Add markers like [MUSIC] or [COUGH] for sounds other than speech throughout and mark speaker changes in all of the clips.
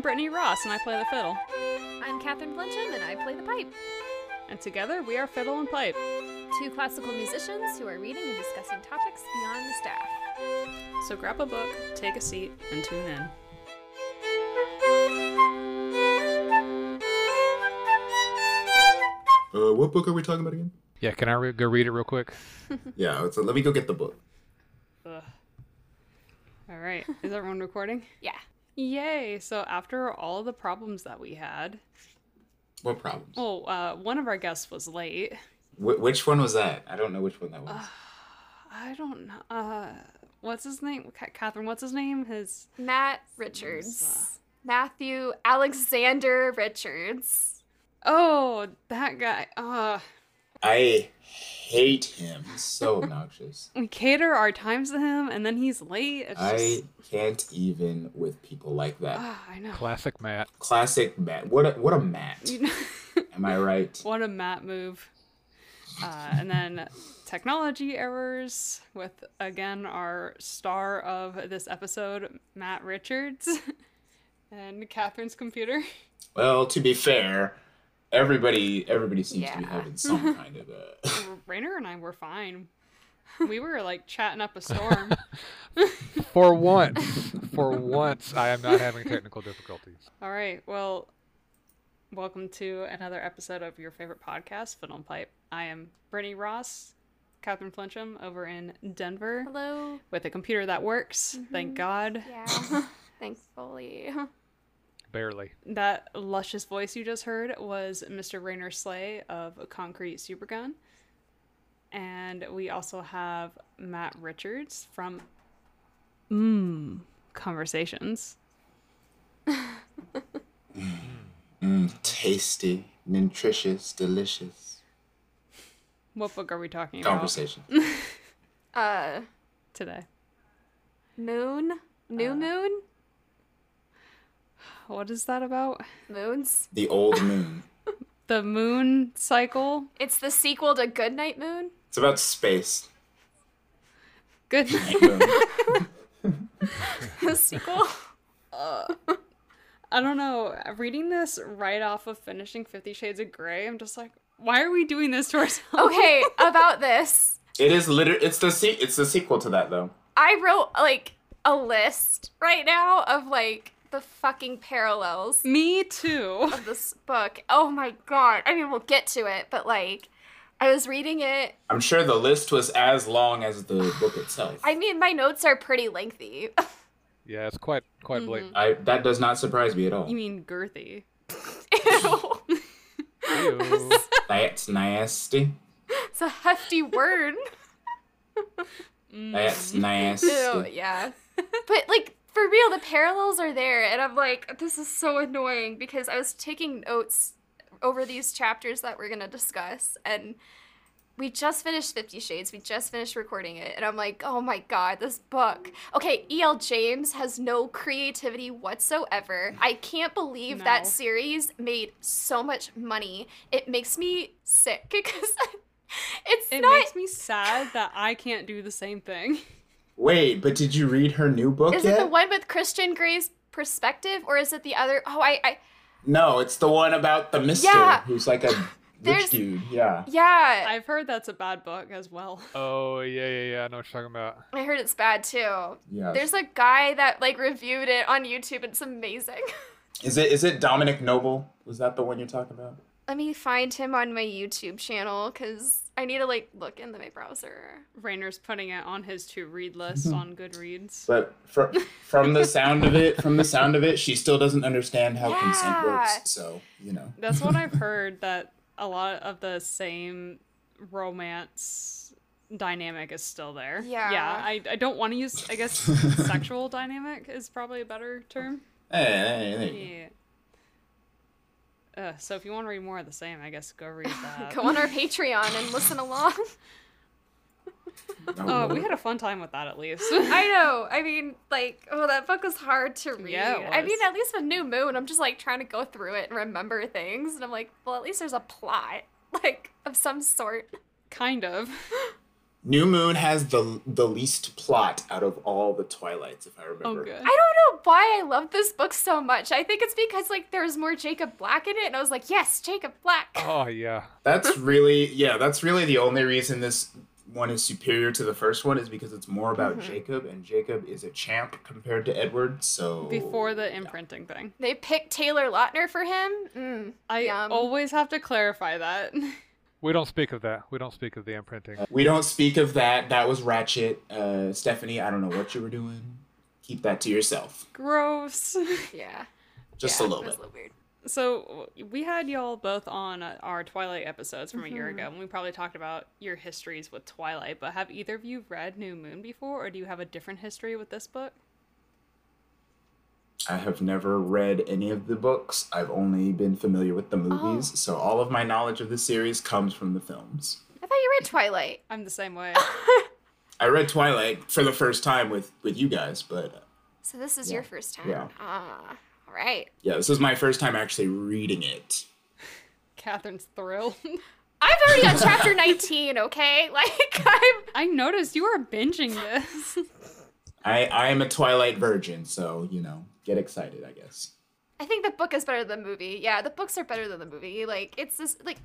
Speaker 1: Brittany Ross, and I play the fiddle.
Speaker 2: I'm Catherine Blenchum, and I play the pipe.
Speaker 1: And together we are Fiddle and Pipe.
Speaker 2: Two classical musicians who are reading and discussing topics beyond the staff.
Speaker 1: So grab a book, take a seat, and tune in.
Speaker 3: Uh, what book are we talking about again?
Speaker 4: Yeah, can I re- go read it real quick?
Speaker 1: Mm-hmm.
Speaker 3: yeah, so let me go get the book.
Speaker 1: Ugh. All right. Is everyone recording?
Speaker 2: Yeah.
Speaker 1: [LAUGHS] Yay! So after all the problems that we had,
Speaker 3: What problems?
Speaker 1: well, uh, one of our guests was late.
Speaker 3: Wh- which one was that? I don't know which one that was.
Speaker 1: I don't know. Uh, what's his name? Ca- Catherine, what's his name? His
Speaker 2: Matt Richards. Matthew Alexander Richards.
Speaker 1: oh, that guy. Uh,
Speaker 3: I hate him. He's
Speaker 1: [LAUGHS]
Speaker 3: so obnoxious.
Speaker 1: we cater our times to him, and then he's late. It's
Speaker 3: I
Speaker 1: just,
Speaker 3: can't even with people like that.
Speaker 1: Ah, I know.
Speaker 4: Classic Matt.
Speaker 3: Classic Matt. What a, what a Matt.
Speaker 1: You know- [LAUGHS]
Speaker 3: Am I right?
Speaker 1: what a Matt move. Uh, and then technology errors with again our star of this episode, Matt Richards, [LAUGHS] and Catherine's computer. [LAUGHS]
Speaker 3: Well, to be fair, everybody everybody seems to be
Speaker 2: Yeah.
Speaker 1: [LAUGHS]
Speaker 3: having some kind of a.
Speaker 1: Rainer and I were fine. We were like chatting up a storm.
Speaker 4: For once, for once, I am not having technical difficulties.
Speaker 1: All right. Well, welcome to another episode of your favorite podcast, Fiddle and Pipe. I am Brittany Ross, Catherine Flincham over in Denver
Speaker 2: Hello.
Speaker 1: with a computer that works. Thank God.
Speaker 2: Yeah. Thankfully.
Speaker 4: Barely.
Speaker 1: That luscious voice you just heard was Mr. Rainer Slay of Concrete Supergun. And we also have Matt Richards from Mmm Conversations.
Speaker 3: Mm, tasty, nutritious, delicious
Speaker 1: What book are we talking about [LAUGHS]
Speaker 3: conversation.
Speaker 2: Uh,
Speaker 1: today?
Speaker 2: moon? New moon?
Speaker 1: What is that about?
Speaker 2: Moons?
Speaker 3: The old moon.
Speaker 1: The moon cycle?
Speaker 2: It's the sequel to Good Night Moon? [LAUGHS]
Speaker 3: It's
Speaker 1: [LAUGHS]
Speaker 3: about space.
Speaker 1: Good. [LAUGHS]
Speaker 3: Moon.
Speaker 2: the sequel?
Speaker 1: I don't know. Reading this right off of finishing Fifty Shades of Grey, I'm just like, why are we doing this to ourselves?
Speaker 2: okay, about this.
Speaker 3: It is liter. It's the se- It's the sequel to that though.
Speaker 2: I wrote like a list right now of like the fucking
Speaker 1: [LAUGHS]
Speaker 2: parallels
Speaker 1: Me too.
Speaker 2: of this book. Oh my god. I mean, we'll get to it, but like I was reading it.
Speaker 3: I'm sure the list was as long as the book itself.
Speaker 2: I mean, my notes are pretty lengthy. [LAUGHS]
Speaker 4: Yeah, it's quite quite blatant.
Speaker 3: I that does not surprise me at all.
Speaker 1: You mean girthy?
Speaker 2: Ew.
Speaker 4: Ew.
Speaker 3: That's nasty.
Speaker 2: It's a hefty word. Mm. [LAUGHS]
Speaker 3: That's nasty.
Speaker 2: Ew,
Speaker 1: [LAUGHS]
Speaker 2: yeah. But like for real, the parallels are there, and I'm like, this is so annoying because I was taking notes over these chapters that we're gonna discuss, and we just finished Fifty Shades. We just finished recording it, and I'm like, oh my god, this book. Okay, E.L. James has no creativity whatsoever. I can't believe that
Speaker 1: No.
Speaker 2: series made so much money. It makes me sick [LAUGHS] because it's
Speaker 1: It
Speaker 2: not
Speaker 1: makes me sad that I can't do the same
Speaker 2: [LAUGHS]
Speaker 1: thing.
Speaker 3: Wait, but did you read her new book
Speaker 2: Is
Speaker 3: yet?
Speaker 2: it the one with Christian Gray's perspective, or is it the other? Oh, I, I
Speaker 3: No, it's the one about the mister
Speaker 2: Yeah. [LAUGHS]
Speaker 3: who's like a
Speaker 2: There's-
Speaker 3: rich dude. Yeah.
Speaker 2: yeah,
Speaker 1: I've heard that's a bad book as well. [LAUGHS]
Speaker 4: oh yeah, yeah, yeah. I know what you're talking about.
Speaker 2: I, heard it's bad too.
Speaker 3: Yeah.
Speaker 2: There's a guy that like reviewed it on YouTube. It's amazing. [LAUGHS]
Speaker 3: Is it is it Dominic Noble? Was that the one you're talking about?
Speaker 2: Let me find him on my YouTube channel because I need to like look in my browser.
Speaker 1: Rainer's putting it on his to read list on Goodreads.
Speaker 3: But from
Speaker 2: [LAUGHS]
Speaker 3: from the sound of it, from the sound of it, she still doesn't understand how consent
Speaker 2: Yeah.
Speaker 3: works. So you know.
Speaker 1: That's what I've heard that a lot of the same romance dynamic is still there.
Speaker 2: Yeah.
Speaker 1: Yeah. I, I don't want to use, I guess, sexual dynamic is probably a better term.
Speaker 3: Hey, hey, there you go.
Speaker 1: Yeah. Uh, so if you want to read more of the same, I guess go
Speaker 2: [LAUGHS]
Speaker 1: read that.
Speaker 2: Go on our Patreon and
Speaker 1: [LAUGHS]
Speaker 2: listen along.
Speaker 1: Oh, we had a fun time with that at least.
Speaker 2: [LAUGHS] I know. I mean, like, oh, that book was hard to read.
Speaker 1: Yeah, it
Speaker 2: I
Speaker 1: was.
Speaker 2: mean, at least with New Moon, I'm just like trying to go through it and remember things, [LAUGHS] and I'm like, well, at least there's a plot, like of some sort.
Speaker 1: kind of.
Speaker 3: New Moon has the the least plot out of all the Twilights, if I
Speaker 1: Oh,
Speaker 3: remember.
Speaker 1: good.
Speaker 2: I don't know why I love this book so much. I think it's because like there was more Jacob Black in it, and I was like, yes, Jacob Black.
Speaker 4: Oh yeah.
Speaker 3: That's really yeah. That's really the only reason this one is superior to the first one is because it's more about Jacob, and Jacob is a champ compared to Edward. So
Speaker 1: Before the imprinting thing,
Speaker 2: They picked Taylor Lautner for him. Mm.
Speaker 1: I
Speaker 2: Yum.
Speaker 1: always have to clarify that. [LAUGHS]
Speaker 4: We don't speak of that. We don't speak of the imprinting.
Speaker 3: we don't speak of that. That was Ratchet, uh, Stephanie. I don't know what you were doing. Keep that to yourself,
Speaker 1: Gross. [LAUGHS]
Speaker 2: Yeah,
Speaker 3: just
Speaker 2: Yeah,
Speaker 3: a little
Speaker 2: it was
Speaker 3: bit.
Speaker 2: a little weird.
Speaker 1: So w- we had y'all both on uh, our Twilight episodes from a year
Speaker 2: Mhm.
Speaker 1: ago, and we probably talked about your histories with Twilight. But have either of you read New Moon before, or do you have a different history with this book?
Speaker 3: I have never read any of the books. I've only been familiar with the movies, so all of my knowledge of the series comes from the films.
Speaker 2: I thought you read Twilight.
Speaker 1: I'm the same way.
Speaker 3: I read Twilight for the first time with with you guys, but uh,
Speaker 2: So this is
Speaker 3: Yeah.
Speaker 2: your first time.
Speaker 3: Yeah.
Speaker 2: Ah, all right.
Speaker 3: yeah, this was my first time actually reading it.
Speaker 1: Catherine's thrilled. [LAUGHS]
Speaker 2: I've already on chapter 19, okay? [LAUGHS] Like, I'm.
Speaker 1: I noticed you are binging this. [LAUGHS]
Speaker 3: I I am a Twilight virgin, so you know, get excited, I guess.
Speaker 2: I think the book is better than the movie. Yeah, the books are better than the movie. Like, it's just like.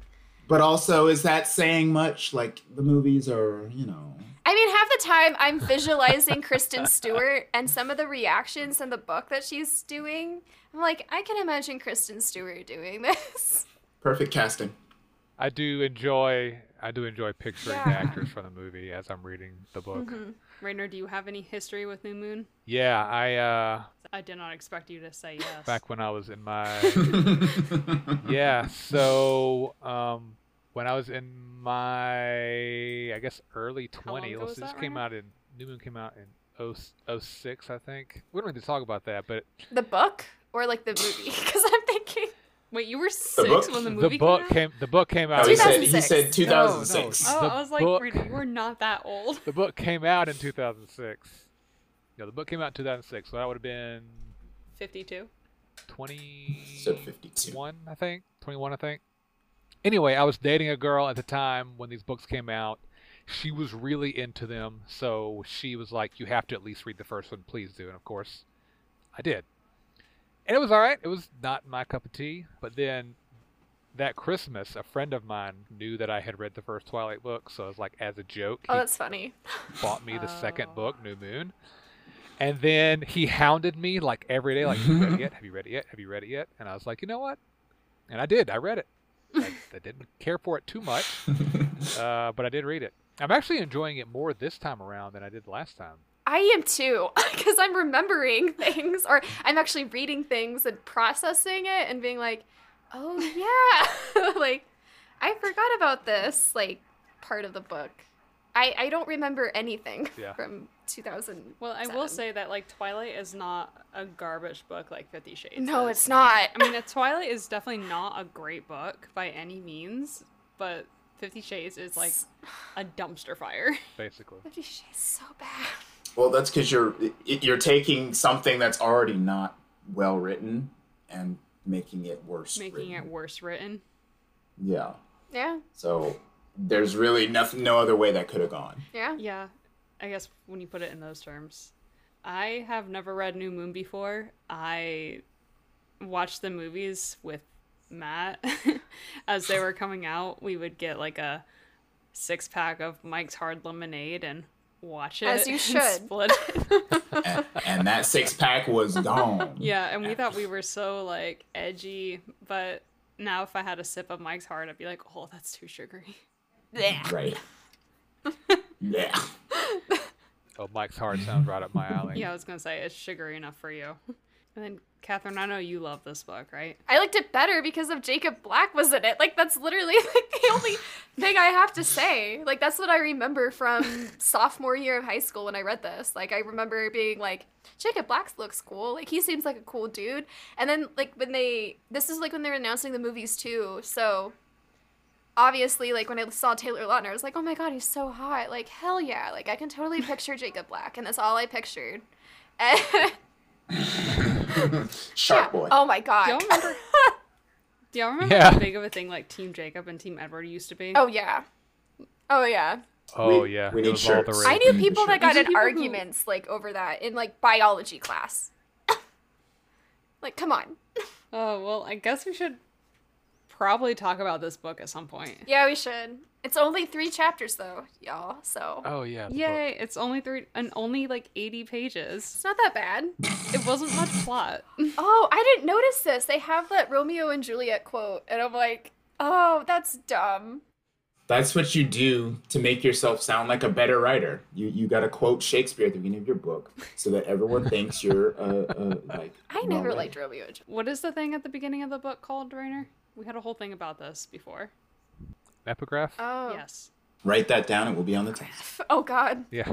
Speaker 3: But also, is that saying much? Like the movies are, you know.
Speaker 2: I mean, half the time I'm visualizing Kristen Stewart and some of the reactions in the book that she's doing. I'm like, I can imagine Kristen Stewart doing this.
Speaker 3: Perfect casting. [LAUGHS]
Speaker 4: I do enjoy. I do enjoy picturing the
Speaker 2: Yeah.
Speaker 4: actors from the movie as I'm reading the book.
Speaker 1: Rainer, do you have any history with New Moon?
Speaker 4: Yeah, I uh,
Speaker 1: I did not expect you to say yes.
Speaker 4: back when I was in
Speaker 3: [LAUGHS]
Speaker 4: my yeah, so um, when I was in my I guess early
Speaker 1: How long
Speaker 4: 20s,
Speaker 1: ago
Speaker 4: let's
Speaker 1: was
Speaker 4: see, this
Speaker 1: that,
Speaker 4: came
Speaker 1: Rainer?
Speaker 4: out in New Moon came out in oh, 0, 06, I think. We don't need to talk about that, but
Speaker 2: The book or like the movie? [LAUGHS] Because I'm thinking.
Speaker 1: Wait, you were six
Speaker 3: book?
Speaker 1: when the movie
Speaker 4: the book
Speaker 1: came out.
Speaker 4: came the book came out
Speaker 3: No, he said he
Speaker 2: 2006.
Speaker 3: said
Speaker 4: No, no,
Speaker 3: 2006.
Speaker 1: Oh,
Speaker 4: the
Speaker 1: I was like,
Speaker 4: book-
Speaker 1: Rainer, you were not that old.
Speaker 4: The book came out in 2006. No, the book came out in 2006, so I would have been
Speaker 1: Fifty-two.
Speaker 3: 52.
Speaker 4: 21, I think. 21, I think. Anyway, I was dating a girl at the time when these books came out. She was really into them, so she was like, "You have to at least read the first one, please do." And of course, I did. And it was all right. It was not my cup of tea, but then that Christmas, a friend of mine knew that I had read the first Twilight book, so I was like, as a joke,
Speaker 2: Oh,
Speaker 4: he
Speaker 2: that's funny.
Speaker 4: bought me the second
Speaker 1: Oh.
Speaker 4: book, New Moon. And then he hounded me like every day, like, Have you read it yet? Have you read it yet? Have you read it yet? And I was like, You know what? And I did. I read it.
Speaker 1: [LAUGHS]
Speaker 4: I, I didn't care for it too much, uh, but I did read it. I'm actually enjoying it more this time around than I did last time.
Speaker 2: I am too, [LAUGHS] because I'm remembering things, or I'm actually reading things and processing it and being like, oh yeah, [LAUGHS] like I forgot about this like part of the book. I I don't remember anything
Speaker 4: Yeah.
Speaker 2: from 2000.
Speaker 1: Well, I will
Speaker 2: Seven.
Speaker 1: say that like Twilight is not a garbage book like Fifty Shades.
Speaker 2: No,
Speaker 1: is.
Speaker 2: it's not.
Speaker 1: I mean, a Twilight is definitely not a great book by any means, but Fifty Shades is like a dumpster fire.
Speaker 4: Basically,
Speaker 2: Fifty Shades so bad.
Speaker 3: [LAUGHS] Well, that's because you're it- you're taking something that's already not well written and making it worse.
Speaker 1: Making it
Speaker 3: written.
Speaker 1: worse written.
Speaker 3: Yeah.
Speaker 2: Yeah,
Speaker 3: So there's really nothing, no other way that could
Speaker 2: [LAUGHS]
Speaker 3: have gone.
Speaker 2: yeah.
Speaker 1: Yeah, I guess when you put it in those terms. I have never read New Moon before. I watched the movies with Matt [LAUGHS] as they were coming out. We would get like a six pack of Mike's Hard Lemonade and watch it.
Speaker 2: As
Speaker 1: [LAUGHS]
Speaker 2: you
Speaker 1: and
Speaker 2: should.
Speaker 1: split
Speaker 2: [LAUGHS]
Speaker 1: it.
Speaker 3: and, and that six pack was gone.
Speaker 1: yeah, and we thought we were so like edgy, but now if I had a sip of Mike's Hard, I'd be like, oh, that's too sugary.
Speaker 2: Yeah.
Speaker 3: Right.
Speaker 2: [LAUGHS]
Speaker 3: yeah. [LAUGHS]
Speaker 4: oh, Mike's heart sounds right
Speaker 1: [LAUGHS]
Speaker 4: up my alley.
Speaker 1: Yeah, I was gonna say it's sugary enough for you. [LAUGHS] And then Catherine, I know you love this book, right?
Speaker 2: I liked it better because of Jacob Black was in it. Like that's literally [LAUGHS] like the only thing I have to say. Like that's what I remember [LAUGHS] from sophomore year of high school when I read this. Like I remember being like Jacob Black looks cool. Like he seems like a cool dude. And then like when they this is like when they were announcing the movies too. So obviously like when I saw Taylor Lautner, I was like, "Oh my god, he's so hot." Like hell yeah. Like I can totally picture Jacob Black and that's all I pictured. [LAUGHS]
Speaker 3: Sharp boy.
Speaker 2: oh my god.
Speaker 1: Do y'all remember? [LAUGHS] do y'all remember
Speaker 4: Yeah.
Speaker 1: how big of a thing like Team Jacob and Team Edward used to be?
Speaker 2: Oh yeah. Oh yeah.
Speaker 4: Oh yeah,
Speaker 3: we
Speaker 4: it
Speaker 3: need
Speaker 4: was all the
Speaker 3: shirts.
Speaker 4: rage.
Speaker 2: I knew people that got
Speaker 1: These are
Speaker 2: in
Speaker 1: people who-
Speaker 2: arguments like over that in like biology class. [LAUGHS] like, come on.
Speaker 1: Oh, well, I guess we should probably talk about this book at some point.
Speaker 2: Yeah, we should. It's only three chapters though, y'all. So
Speaker 4: Oh yeah. the book.
Speaker 1: Yay, it's only three and only like 80 pages.
Speaker 2: it's not that bad.
Speaker 1: It wasn't much plot.
Speaker 2: [LAUGHS] oh, I didn't notice this. They have that Romeo and Juliet quote, and I'm like, oh, that's dumb.
Speaker 3: That's what you do to make yourself sound like a better writer. You you got to quote Shakespeare at the beginning of your book so that
Speaker 2: [LAUGHS]
Speaker 3: everyone thinks you're uh, uh like.
Speaker 2: I
Speaker 3: well
Speaker 2: never
Speaker 3: read.
Speaker 2: liked Romeo and Juliet.
Speaker 1: What is the thing at the beginning of the book called, Rainer? We had a whole thing about this before.
Speaker 4: Epigraph.
Speaker 1: Uh,
Speaker 2: Oh.
Speaker 1: Yes.
Speaker 3: Write that down. It will be on the
Speaker 2: [LAUGHS]
Speaker 3: test.
Speaker 2: Oh God.
Speaker 1: [LAUGHS]
Speaker 4: yeah.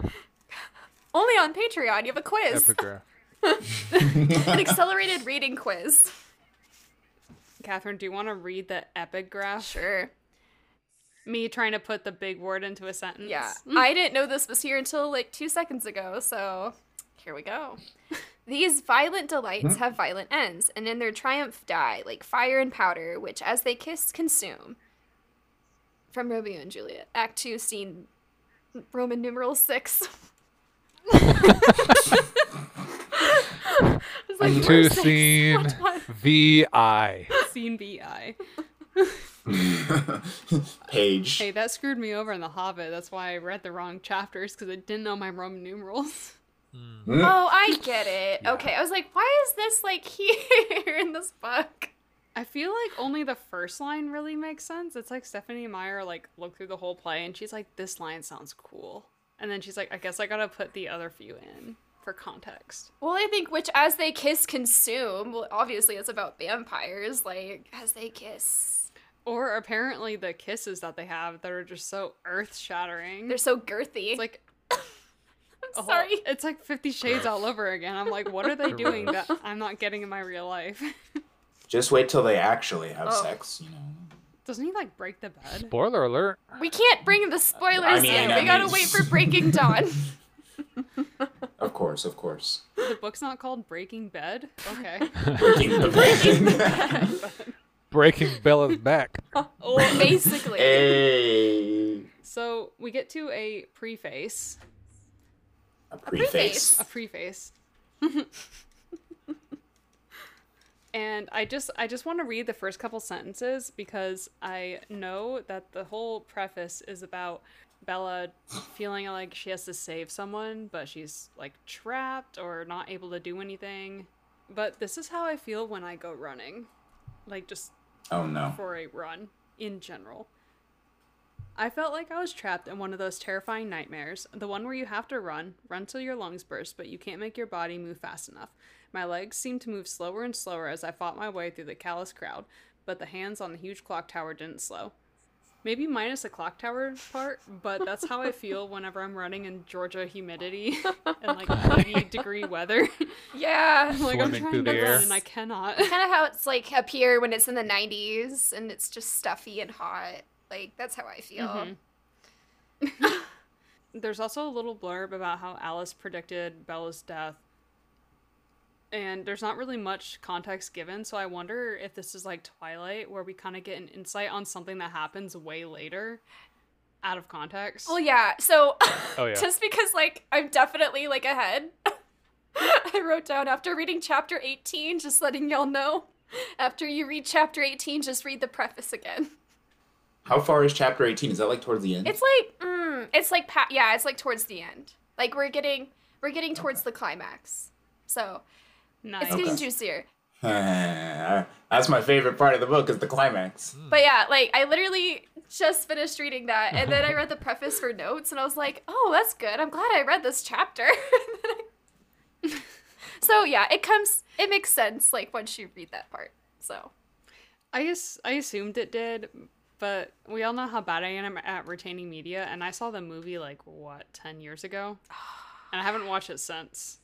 Speaker 2: Only on Patreon, you have a quiz.
Speaker 4: Epigraph.
Speaker 2: An accelerated reading quiz.
Speaker 1: Catherine, do you want to read the epigraph?
Speaker 2: [LAUGHS] Sure.
Speaker 1: Me trying to put the big word into a sentence.
Speaker 2: Yeah.
Speaker 1: [LAUGHS]
Speaker 2: I didn't know this was here until like two seconds ago, so here we go. These violent
Speaker 4: Mm-hmm.
Speaker 2: delights have violent ends, and in their triumph die, like fire and powder, which as they kiss consume. From Romeo and Juliet, Act 2, Scene Roman numeral [LAUGHS] 6. It's like,
Speaker 4: Two
Speaker 2: "Where's six?
Speaker 4: scene
Speaker 2: What one?"
Speaker 4: V
Speaker 1: [LAUGHS]
Speaker 4: I.
Speaker 1: Scene BI.
Speaker 3: Page.
Speaker 1: Hey, that screwed me over in The Hobbit. That's why I read the wrong chapters because I didn't know my Roman numerals. [LAUGHS]
Speaker 3: Mm.
Speaker 2: Oh, I get it. Okay, I was like, why is this like [LAUGHS] here in this book?
Speaker 1: I feel like only the first line really makes sense. It's like Stephanie Meyer like looked through the whole play and she's like, "This line sounds cool," and then she's like, "I guess I gotta put the other few in for context."
Speaker 2: Well, I think which as they kiss consume. Well, obviously it's about vampires, like as they kiss.
Speaker 1: Or apparently the kisses that they have that are just so earth shattering.
Speaker 2: They're
Speaker 1: It's
Speaker 2: so girthy.
Speaker 1: like
Speaker 2: [LAUGHS]
Speaker 1: a
Speaker 2: I'm
Speaker 1: whole-
Speaker 2: sorry.
Speaker 1: it's like Fifty Shades all over again. I'm like, what are they doing that
Speaker 4: Gross.
Speaker 1: I'm not getting in my real life? [LAUGHS]
Speaker 3: Just wait till they actually have
Speaker 2: Oh.
Speaker 3: sex. You know.
Speaker 1: Doesn't he like break the bed?
Speaker 4: Spoiler alert.
Speaker 2: We can't bring the spoilers
Speaker 3: I mean,
Speaker 2: in.
Speaker 3: I
Speaker 2: we gotta
Speaker 3: mean-
Speaker 2: wait for
Speaker 3: [LAUGHS]
Speaker 2: Breaking Dawn.
Speaker 3: Of course, of course.
Speaker 1: The book's not called Breaking Bed. Okay.
Speaker 3: Breaking the
Speaker 2: [LAUGHS]
Speaker 3: bed.
Speaker 4: Breaking
Speaker 1: [LAUGHS]
Speaker 4: Bella's back.
Speaker 2: [LAUGHS] Basically.
Speaker 3: eh. hey.
Speaker 1: So we get to a preface.
Speaker 3: A
Speaker 2: preface.
Speaker 3: preface.
Speaker 1: a preface. [LAUGHS] and I just I just want to read the first couple sentences because I know that the whole preface is about Bella feeling like she has to save someone, but she's like trapped or not able to do anything. But this is how I feel when I go running. Like just
Speaker 3: Oh no.
Speaker 1: for a run in general. I felt like I was trapped in one of those terrifying nightmares, the one where you have to run, run till your lungs burst, but you can't make your body move fast enough. My legs seemed to move slower and slower as I fought my way through the callous crowd, but the hands on the huge clock tower didn't slow. Maybe minus the clock tower part, but that's how I feel whenever I'm running in Georgia humidity and like 80 degree weather. [LAUGHS]
Speaker 2: Yeah.
Speaker 1: like I'm
Speaker 4: Swimming through
Speaker 1: trying
Speaker 4: the
Speaker 1: to
Speaker 4: air.
Speaker 1: run and I cannot.
Speaker 2: kind of how it's like up here when it's in the 90s and it's just stuffy and hot. Like that's how I feel.
Speaker 1: Mhm. There's also a little blurb about how Alice predicted Bella's death. And there's not really much context given, so I wonder if this is like Twilight, where we kind of get an insight on something that happens way later out of context.
Speaker 2: Well, yeah. So
Speaker 4: Oh yeah.
Speaker 2: just because like I'm definitely like ahead. [LAUGHS] I wrote down after reading chapter 18, just letting y'all know. After you read chapter 18, just read the preface again.
Speaker 3: How far is chapter 18? Is that like towards the end?
Speaker 2: It's like mm, it's like pa- yeah, it's like towards the end. Like we're getting we're getting towards the climax. So,
Speaker 1: nice.
Speaker 2: it's getting
Speaker 3: Okay.
Speaker 2: juicier.
Speaker 3: [LAUGHS] That's my favorite part of the book is the climax.
Speaker 2: But yeah, like I literally just finished reading that and then I read the preface for notes and I was like, "Oh, that's good. I'm glad I read this chapter." [LAUGHS] so, yeah, it comes it makes sense like once you read that part. So,
Speaker 1: I, as- I assumed it did, but we all know how bad I am at retaining media, and I saw the movie like, what, 10 years
Speaker 2: [SIGHS]
Speaker 1: ago? And I haven't watched it since.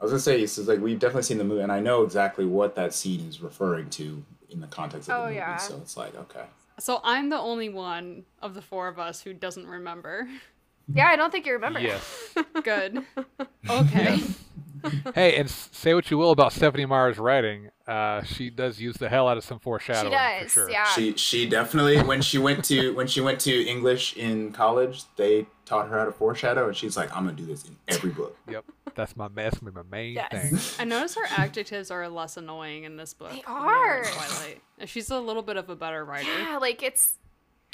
Speaker 3: I was gonna say this is like we've definitely seen the movie, and I know exactly what that scene is referring to in the context of
Speaker 2: Oh,
Speaker 3: the movie.
Speaker 2: yeah.
Speaker 3: So it's like okay,
Speaker 1: So I'm the only one of the four of us who doesn't remember. [LAUGHS]
Speaker 2: [LAUGHS] yeah, I don't think you remember.
Speaker 4: Yes.
Speaker 1: Good. Okay.
Speaker 4: hey, and s- say what you will about Stephanie Meyer's writing, uh, she does use the hell out of some
Speaker 2: she
Speaker 4: foreshadowing. for
Speaker 2: does,
Speaker 4: sure.
Speaker 2: yeah.
Speaker 3: She she definitely when she went to when she went to English in college, they taught her how to foreshadow, and she's like, "I'm gonna do this in every book."
Speaker 4: That's my that's gonna be my main
Speaker 2: Yes.
Speaker 4: thing.
Speaker 1: I notice her adjectives are less annoying in this book.
Speaker 2: They
Speaker 1: than were in
Speaker 2: are.
Speaker 1: Twilight. And She's a little bit of a better writer.
Speaker 2: yeah, like it's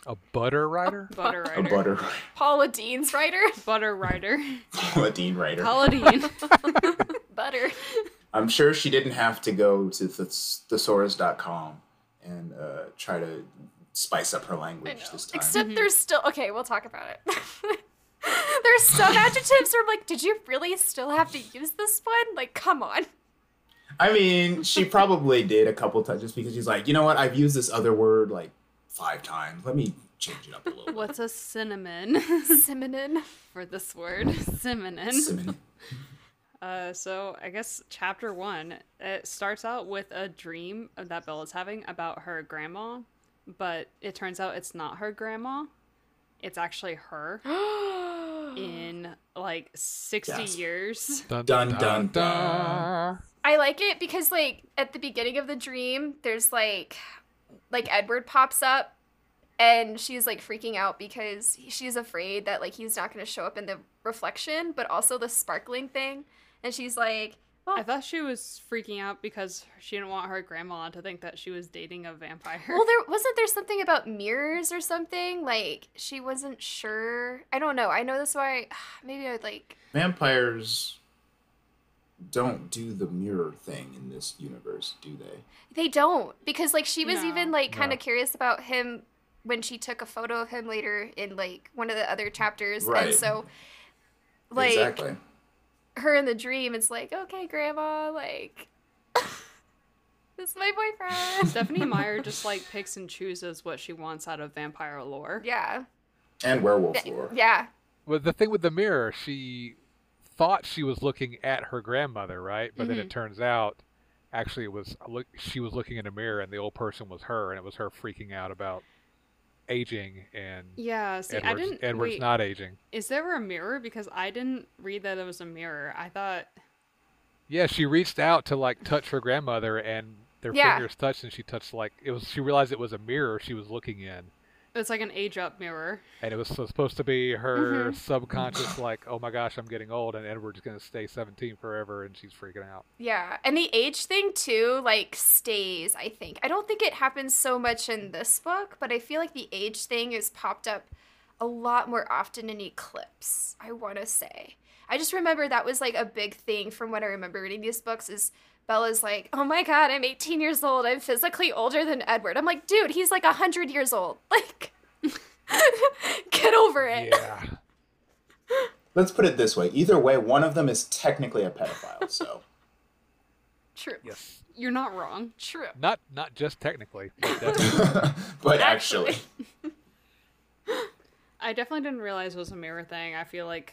Speaker 4: A butter writer?
Speaker 1: Butter
Speaker 3: A
Speaker 1: writer.
Speaker 3: butter [LAUGHS]
Speaker 2: Paula Dean's writer. [LAUGHS]
Speaker 1: Butter writer. [LAUGHS]
Speaker 3: Paula Dean writer.
Speaker 1: Paladine.
Speaker 2: Butter.
Speaker 3: I'm sure she didn't have to go to thes- thesaurus.com and uh, try to spice up her
Speaker 2: I
Speaker 3: language
Speaker 2: know.
Speaker 3: this time.
Speaker 2: Except there's still okay. We'll talk about it. [LAUGHS] there's some adjectives where I'm like, did you really still have to use this one? Like, come on. [LAUGHS]
Speaker 3: I mean, she probably did a couple times just because she's like, you know what? I've used this other word like five times. Let me change it up a little.
Speaker 1: What's a cinnamon [LAUGHS]
Speaker 2: Simonin.
Speaker 1: for this word? Cinnamon.
Speaker 3: Cinnamon.
Speaker 1: Uh, so I guess chapter one it starts out with a dream that Bella's having about her grandma, but it turns out it's not her grandma. It's actually [GASPS]
Speaker 2: [GASPS]
Speaker 1: her in like sixty
Speaker 3: Gasp.
Speaker 1: years.
Speaker 3: Dun, dun, dun.
Speaker 2: I like it because like at the beginning of the dream, there's like like Edward pops up and she's like freaking out because he- she's afraid that like he's not going to show up in the reflection, but also the sparkling thing. And she's like,
Speaker 1: I thought she was freaking out because she didn't want her grandma to think that she was dating a vampire. [LAUGHS]
Speaker 2: well, there wasn't there something about mirrors or something? Like she wasn't sure. I don't know. I know that's why [SIGHS] maybe I would like
Speaker 3: Vampires don't do the mirror thing in this universe, do they?
Speaker 2: They don't because like she was
Speaker 1: No.
Speaker 2: even like kind
Speaker 4: No.
Speaker 2: of curious about him when she took a photo of him later in like one of the other chapters
Speaker 3: Right.
Speaker 2: and so like
Speaker 3: exactly.
Speaker 2: her in the dream it's like okay grandma like [LAUGHS] this is my
Speaker 3: [LAUGHS]
Speaker 2: boyfriend
Speaker 1: Stephanie Meyer just like picks and chooses what she wants out of vampire lore.
Speaker 2: yeah
Speaker 3: And werewolf
Speaker 2: Th-
Speaker 3: lore.
Speaker 2: yeah
Speaker 4: Well, the thing with the mirror, she thought she was looking at her grandmother, right? But
Speaker 2: Mm-hmm.
Speaker 4: then it turns out, actually, it was look. She was looking in a mirror, and the old person was her, and it was her freaking out about aging and
Speaker 1: Yeah, see,
Speaker 4: Edward's,
Speaker 1: I didn't.
Speaker 4: Edward's
Speaker 1: wait.
Speaker 4: not aging.
Speaker 1: Is there a mirror? Because I didn't read that it was a mirror. I thought.
Speaker 4: Yeah, she reached out to like touch her grandmother, and their
Speaker 2: Yeah.
Speaker 4: fingers touched, and she touched like it was. She realized it was a mirror she was looking in,
Speaker 1: It's like an age up mirror.
Speaker 4: and it was so- supposed to be her
Speaker 2: Mm-hmm.
Speaker 4: subconscious, like, "Oh my gosh, I'm getting old, and Edward's gonna stay 17 forever," and she's freaking out.
Speaker 2: yeah and the age thing too like stays I think I don't think it happens so much in this book but I feel like the age thing is popped up a lot more often in Eclipse, I want to say. I just remember that was like a big thing from what I remember reading these books is Bella's like, "Oh my god, I'm 18 years old. I'm physically older than Edward." I'm like, "Dude, he's like 100 years old." [LAUGHS] Like get over it.
Speaker 4: Yeah.
Speaker 3: Let's put it this way. Either way, one of them is technically a pedophile, so [LAUGHS]
Speaker 2: True.
Speaker 4: yes.
Speaker 1: You're not wrong.
Speaker 2: True.
Speaker 4: Not not just technically, but definitely.
Speaker 3: but actually.
Speaker 1: I definitely didn't realize it was a mirror thing. I feel like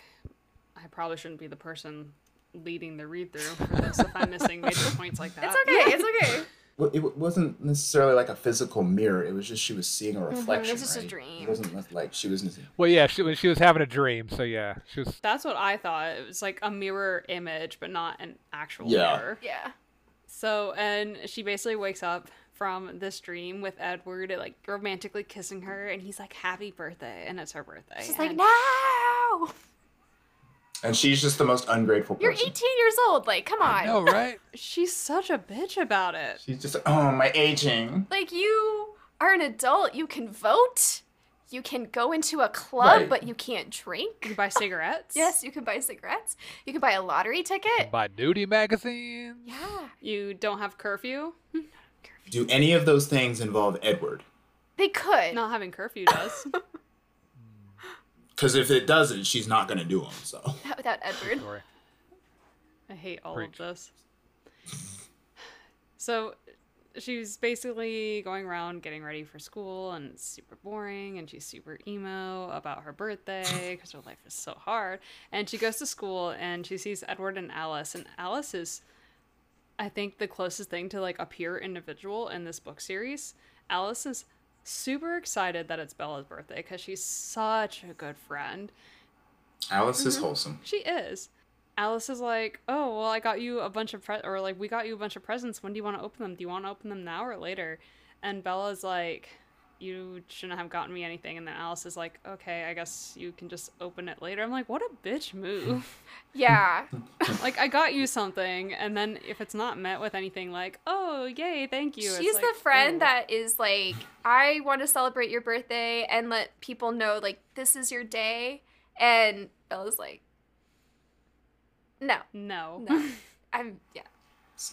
Speaker 1: I probably shouldn't be the person leading the read through for this if I'm missing
Speaker 2: [LAUGHS]
Speaker 1: major points like that.
Speaker 2: It's okay. It's okay.
Speaker 3: Well, it w- wasn't necessarily like a physical mirror. It was just she was seeing a reflection.
Speaker 2: Mm-hmm, was just a
Speaker 3: right?
Speaker 2: dream.
Speaker 3: It wasn't like she was.
Speaker 4: well, yeah, she was she was having a dream, so yeah, she was.
Speaker 1: That's what I thought. It was like a mirror image, but not an actual
Speaker 3: Yeah.
Speaker 1: mirror.
Speaker 2: yeah.
Speaker 1: So, and she basically wakes up from this dream with Edward, like romantically kissing her, and he's like, "Happy birthday!" and it's her birthday.
Speaker 2: She's like,
Speaker 1: and-
Speaker 2: "No.
Speaker 3: And she's just the most ungrateful
Speaker 2: You're 18
Speaker 3: person.
Speaker 2: years old. Like, come on."
Speaker 4: No, right?
Speaker 1: She's such a bitch about it.
Speaker 3: She's just like, oh, my aging.
Speaker 2: Like you are an adult, you can vote, you can go into a club,
Speaker 3: Right.
Speaker 2: but you can't
Speaker 1: You
Speaker 2: drink.
Speaker 1: buy cigarettes.
Speaker 2: Yes, you can buy cigarettes, you can buy a lottery ticket.
Speaker 4: By nudie magazines.
Speaker 2: Yeah,
Speaker 1: You don't have curfew.
Speaker 3: Do any of those things involve Edward?
Speaker 2: they could.
Speaker 1: Not having curfew
Speaker 2: [LAUGHS]
Speaker 1: does.
Speaker 3: Because if it doesn't, she's not going to do them. So
Speaker 2: Not [LAUGHS] without Edward.
Speaker 3: [LAUGHS]
Speaker 4: Sorry.
Speaker 1: I hate all
Speaker 4: Preach.
Speaker 1: of this. So she's basically going around getting ready for school and it's super boring and she's super emo about her birthday because her life is so hard and she goes to school and she sees edward and alice and alice is i think the closest thing to like a pure individual in this book series alice is super excited that it's bella's birthday because she's such a good friend
Speaker 2: Mm-hmm.
Speaker 3: Alice is wholesome.
Speaker 1: she is. Alice is like, "Oh, well, I got you a bunch of pre- or like we got you a bunch of presents. When do you want to open them? Do you want to open them now or later?" And Bella's like, "You shouldn't have gotten me anything." And then Alice is like, "Okay, I guess you can just open it later." I'm like, "What a bitch
Speaker 3: [LAUGHS]
Speaker 1: move."
Speaker 2: Yeah.
Speaker 1: like I got you something and then if it's not met with anything like, "Oh, yay, thank you." it's
Speaker 2: She's
Speaker 1: like,
Speaker 2: the friend
Speaker 1: "Oh."
Speaker 2: that is like, I want to celebrate your birthday and let people know like this is your day. And Bella's like, no,
Speaker 1: No.
Speaker 3: [LAUGHS]
Speaker 2: no, I'm yeah,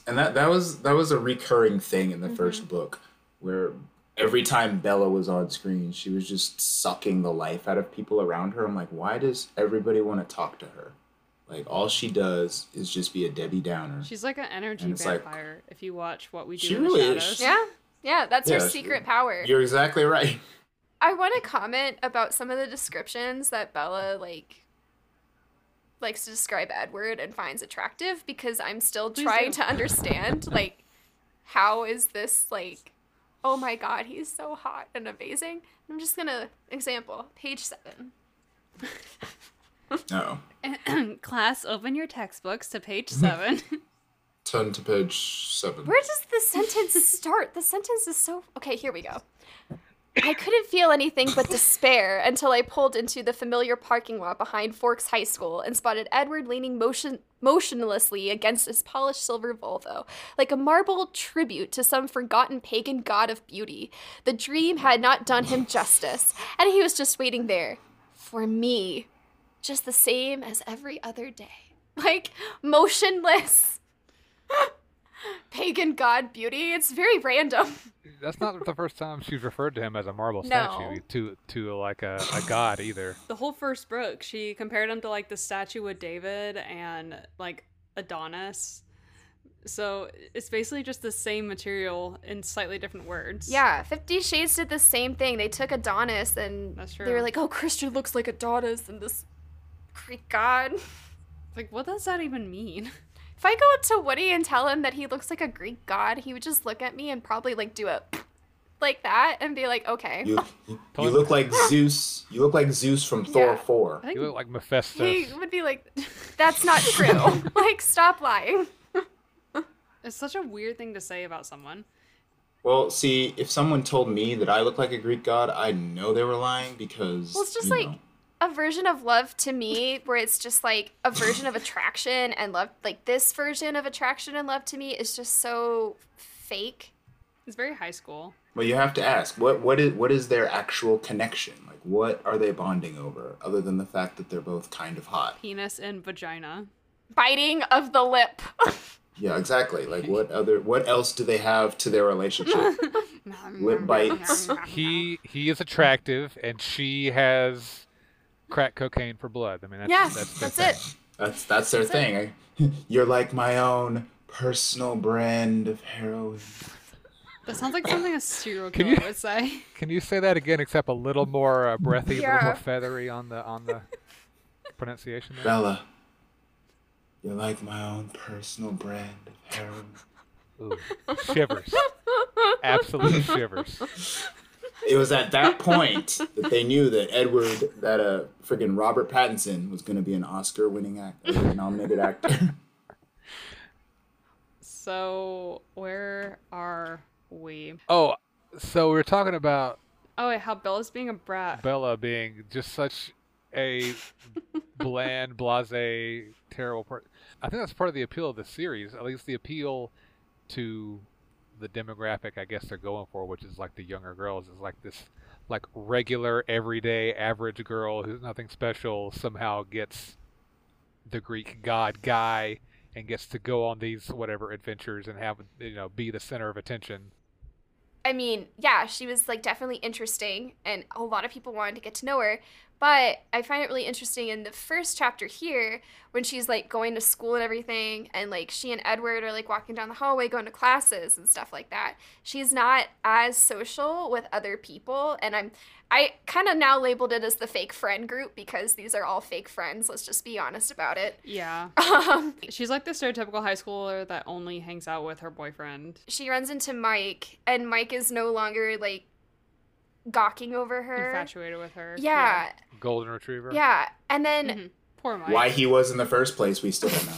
Speaker 3: and that that was that was a recurring thing in the
Speaker 2: Mm-hmm.
Speaker 3: first book where every time Bella was on screen, she was just sucking the life out of people around her. I'm like, why does everybody want to talk to her? Like all she does is just be a Debbie
Speaker 1: [LAUGHS]
Speaker 3: Downer.
Speaker 1: She's like an energy
Speaker 3: And it's like-
Speaker 1: vampire if you watch what we do
Speaker 3: She
Speaker 1: in the
Speaker 3: really is.
Speaker 1: shadows. [LAUGHS]
Speaker 2: yeah, yeah. That's
Speaker 3: Yeah,
Speaker 2: her
Speaker 3: she-
Speaker 2: secret power.
Speaker 3: You're exactly right. [LAUGHS]
Speaker 2: I want to comment about some of the descriptions that Bella like likes to describe Edward and finds attractive because I'm still
Speaker 1: Please
Speaker 2: trying
Speaker 1: do. [LAUGHS]
Speaker 2: to understand like how is this like oh my god he's so hot and amazing. I'm just gonna example page seven.
Speaker 3: No.
Speaker 1: Class, open your textbooks to page 7.
Speaker 3: [LAUGHS] Turn to page seven.
Speaker 2: Where does the sentence start? The sentence is so okay. Here we go. I couldn't feel anything but despair until I pulled into the familiar parking lot behind Forks High School and spotted Edward leaning motion motionlessly against his polished silver Volvo, like a marble tribute to some forgotten pagan god of beauty. The dream had not done him justice, and he was just waiting there for me, just the same as every other day. Like motionless pagan god beauty. It's very random. [LAUGHS]
Speaker 4: That's not the first time she's referred to him as a marble
Speaker 2: No.
Speaker 4: statue to to like a, a god either.
Speaker 1: the whole first book, she compared him to like the statue of David and like Adonis. So it's basically just the same material in slightly different words.
Speaker 2: Yeah, Fifty Shades did the same thing. They took Adonis and
Speaker 1: That's
Speaker 2: they
Speaker 1: true.
Speaker 2: were like, "Oh, Christian looks like Adonis and this Greek god." [LAUGHS]
Speaker 1: Like, what does that even mean? [LAUGHS]
Speaker 2: If I go up to Woody and tell him that he looks like a Greek god, he would just look at me and probably like do a [LAUGHS] like that and be like, "Okay."
Speaker 3: You, you, you look
Speaker 2: [LAUGHS]
Speaker 3: like Zeus. You look like Zeus from Thor
Speaker 2: Yeah.
Speaker 3: 4.
Speaker 1: I think
Speaker 4: You look like
Speaker 2: He
Speaker 4: Mephistos.
Speaker 2: would be like, "That's not true." [LAUGHS] like, stop lying.
Speaker 1: it's such a weird thing to say about someone.
Speaker 3: Well, see, if someone told me that I look like a Greek god, I know they were lying because.
Speaker 2: Well, it's just
Speaker 3: you
Speaker 2: like
Speaker 3: know.
Speaker 2: a version of love to me [LAUGHS] where it's just like a version of attraction and love. Like this version of attraction and love to me is just so fake.
Speaker 1: It's very high school.
Speaker 3: Well, you have to ask what what is what is their actual connection? Like, what are they bonding over, other than the fact that they're both kind of hot?
Speaker 1: Penis and vagina.
Speaker 2: Biting of the lip. [LAUGHS]
Speaker 3: Yeah, exactly. Like, what other what else do they have to their relationship?
Speaker 1: [LAUGHS]
Speaker 3: Lip bites.
Speaker 4: he he is attractive and she has crack cocaine for blood. I mean that's
Speaker 2: yeah,
Speaker 4: that's,
Speaker 2: that's,
Speaker 4: the thing.
Speaker 2: it.
Speaker 3: That's that's their thing. I, [LAUGHS] you're like my own personal brand of heroin.
Speaker 1: That sounds like something a serial
Speaker 4: Can
Speaker 1: killer
Speaker 4: you-
Speaker 1: would say.
Speaker 4: Can you say that again except a little more uh, breathy, a little
Speaker 2: Yeah.
Speaker 4: more feathery on the on the pronunciation there?
Speaker 3: Bella, you're like my own personal brand of heroin.
Speaker 4: Ooh, shivers. Absolute shivers.
Speaker 3: It was at that point that they knew that Edward, that uh, friggin' Robert Pattinson was going to be an Oscar-winning actor, nominated actor.
Speaker 1: So, where are we?
Speaker 4: Oh, so we were talking about
Speaker 1: Oh, wait, how Bella's being a brat.
Speaker 4: Bella being just such a bland, blase, terrible person. I think that's part of the appeal of the series, at least the appeal to the demographic I guess they're going for, which is like the younger girls, is like this like regular, everyday, average girl who's nothing special somehow gets the Greek god guy and gets to go on these whatever adventures and have you know be the center of attention.
Speaker 2: I mean, yeah, she was like definitely interesting, and a lot of people wanted to get to know her. But I find it really interesting in the first chapter here when she's like going to school and everything, and like she and Edward are like walking down the hallway going to classes and stuff like that. She's not as social with other people, and I'm I kind of now labeled it as the fake friend group because these are all fake friends. Let's just be honest about it. [LAUGHS]
Speaker 1: Yeah.
Speaker 2: Um,
Speaker 1: She's like the stereotypical high schooler that only hangs out with her boyfriend.
Speaker 2: she runs into Mike, and Mike is no longer like gawking over her.
Speaker 1: Infatuated with her.
Speaker 2: Yeah,
Speaker 4: Golden Retriever.
Speaker 2: yeah. And then
Speaker 1: Mhm. Poor Mike.
Speaker 3: Why he was in the first place, we still don't know.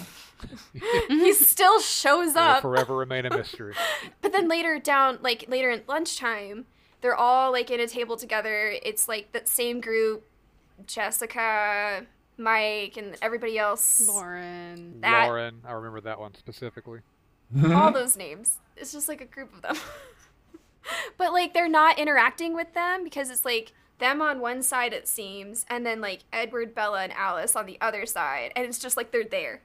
Speaker 1: Mm-hmm.
Speaker 2: he still shows
Speaker 4: It will
Speaker 2: up.
Speaker 4: forever remain a mystery.
Speaker 2: But then later down, like later in lunchtime, they're all like at a table together. It's like that same group, Jessica, Mike, and everybody else.
Speaker 1: Lauren.
Speaker 2: That-
Speaker 4: Lauren, I remember that one specifically.
Speaker 2: All
Speaker 3: Mm-hmm.
Speaker 2: those names. It's just like a group of them. [LAUGHS] but like they're not interacting with them because it's like them on one side it seems, and then like Edward, Bella, and Alice on the other side, and it's just like they're there.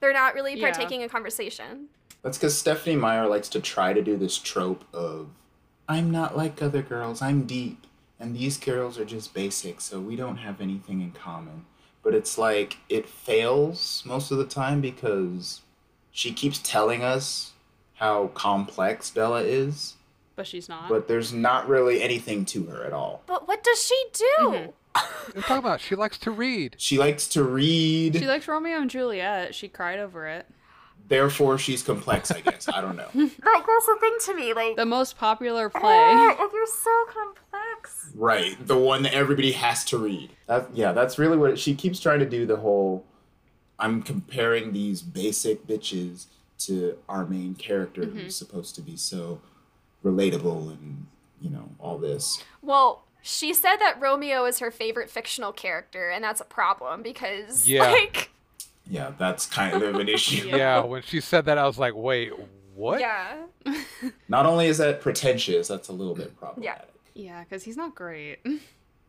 Speaker 2: They're not really
Speaker 1: Yeah.
Speaker 2: partaking in conversation.
Speaker 3: That's because Stephanie Meyer likes to try to do this trope of, I'm not like other girls, I'm deep, and these girls are just basic, so we don't have anything in common. But it's like, it fails most of the time because she keeps telling us how complex Bella is,
Speaker 1: But she's not.
Speaker 3: but there's not really anything to her at all.
Speaker 2: But what does she do?
Speaker 4: We're talking about she likes
Speaker 2: [LAUGHS]
Speaker 4: to read.
Speaker 3: She likes to read,
Speaker 1: she likes Romeo and Juliet. She cried over it.
Speaker 3: therefore she's complex, I guess. I don't know.
Speaker 2: Like that's the thing to me. Like
Speaker 1: The most popular
Speaker 2: [LAUGHS]
Speaker 1: play.
Speaker 2: if you're so complex.
Speaker 3: Right, the one that everybody has to read. That, yeah, that's really what it, she keeps trying to do. The whole, I'm comparing these basic bitches to our main character,
Speaker 1: Mm-hmm.
Speaker 3: who's supposed to be so relatable and you know all this.
Speaker 2: Well, she said that Romeo is her favorite fictional character, and that's a problem because [LAUGHS]
Speaker 4: Yeah.
Speaker 2: like
Speaker 3: Yeah, that's kind of an issue.
Speaker 1: [LAUGHS] Yeah.
Speaker 4: Yeah, when she said that, I was like, wait, what?
Speaker 2: yeah.
Speaker 3: Not only is that pretentious, that's a little bit problematic.
Speaker 1: Yeah, because he's not great.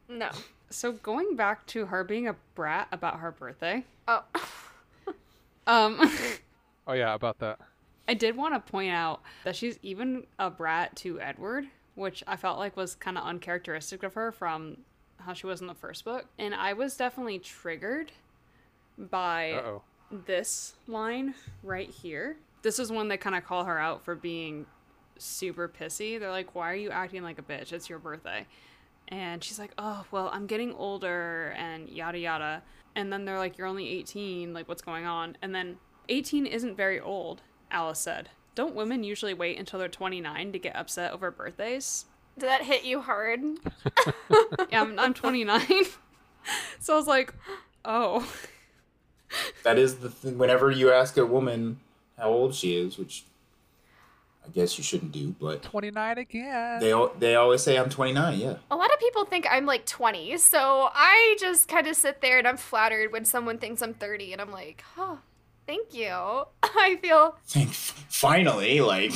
Speaker 2: No.
Speaker 1: So going back to her being a brat about her birthday.
Speaker 2: Oh. [LAUGHS]
Speaker 1: Um. [LAUGHS]
Speaker 4: Oh, yeah, about that.
Speaker 1: I did want to point out that she's even a brat to Edward, which I felt like was kind of uncharacteristic of her from how she was in the first book. And I was definitely triggered by
Speaker 4: Uh oh.
Speaker 1: this line right here. This is when they kind of call her out for being super pissy. They're like, "Why are you acting like a bitch? It's your birthday." And she's like, "Oh, well, I'm getting older and yada yada." And then they're like, "You're only 18. Like what's going on?" And then 18 isn't very old, Alice said. Don't women usually wait until they're 29 to get upset over birthdays?
Speaker 2: Did that hit you hard?
Speaker 1: Yeah, I'm, I'm 29. [LAUGHS] so I was like, "Oh, [LAUGHS]
Speaker 3: That is the thing. Whenever you ask a woman how old she is, which I guess you shouldn't do, but
Speaker 4: 29 again.
Speaker 3: they al- they always say I'm 29. Yeah. [LAUGHS]
Speaker 2: A lot of people think I'm like 20, so I just kind of sit there and I'm flattered when someone thinks I'm 30, and I'm like, oh, thank you. [LAUGHS] I feel
Speaker 3: Think finally, like.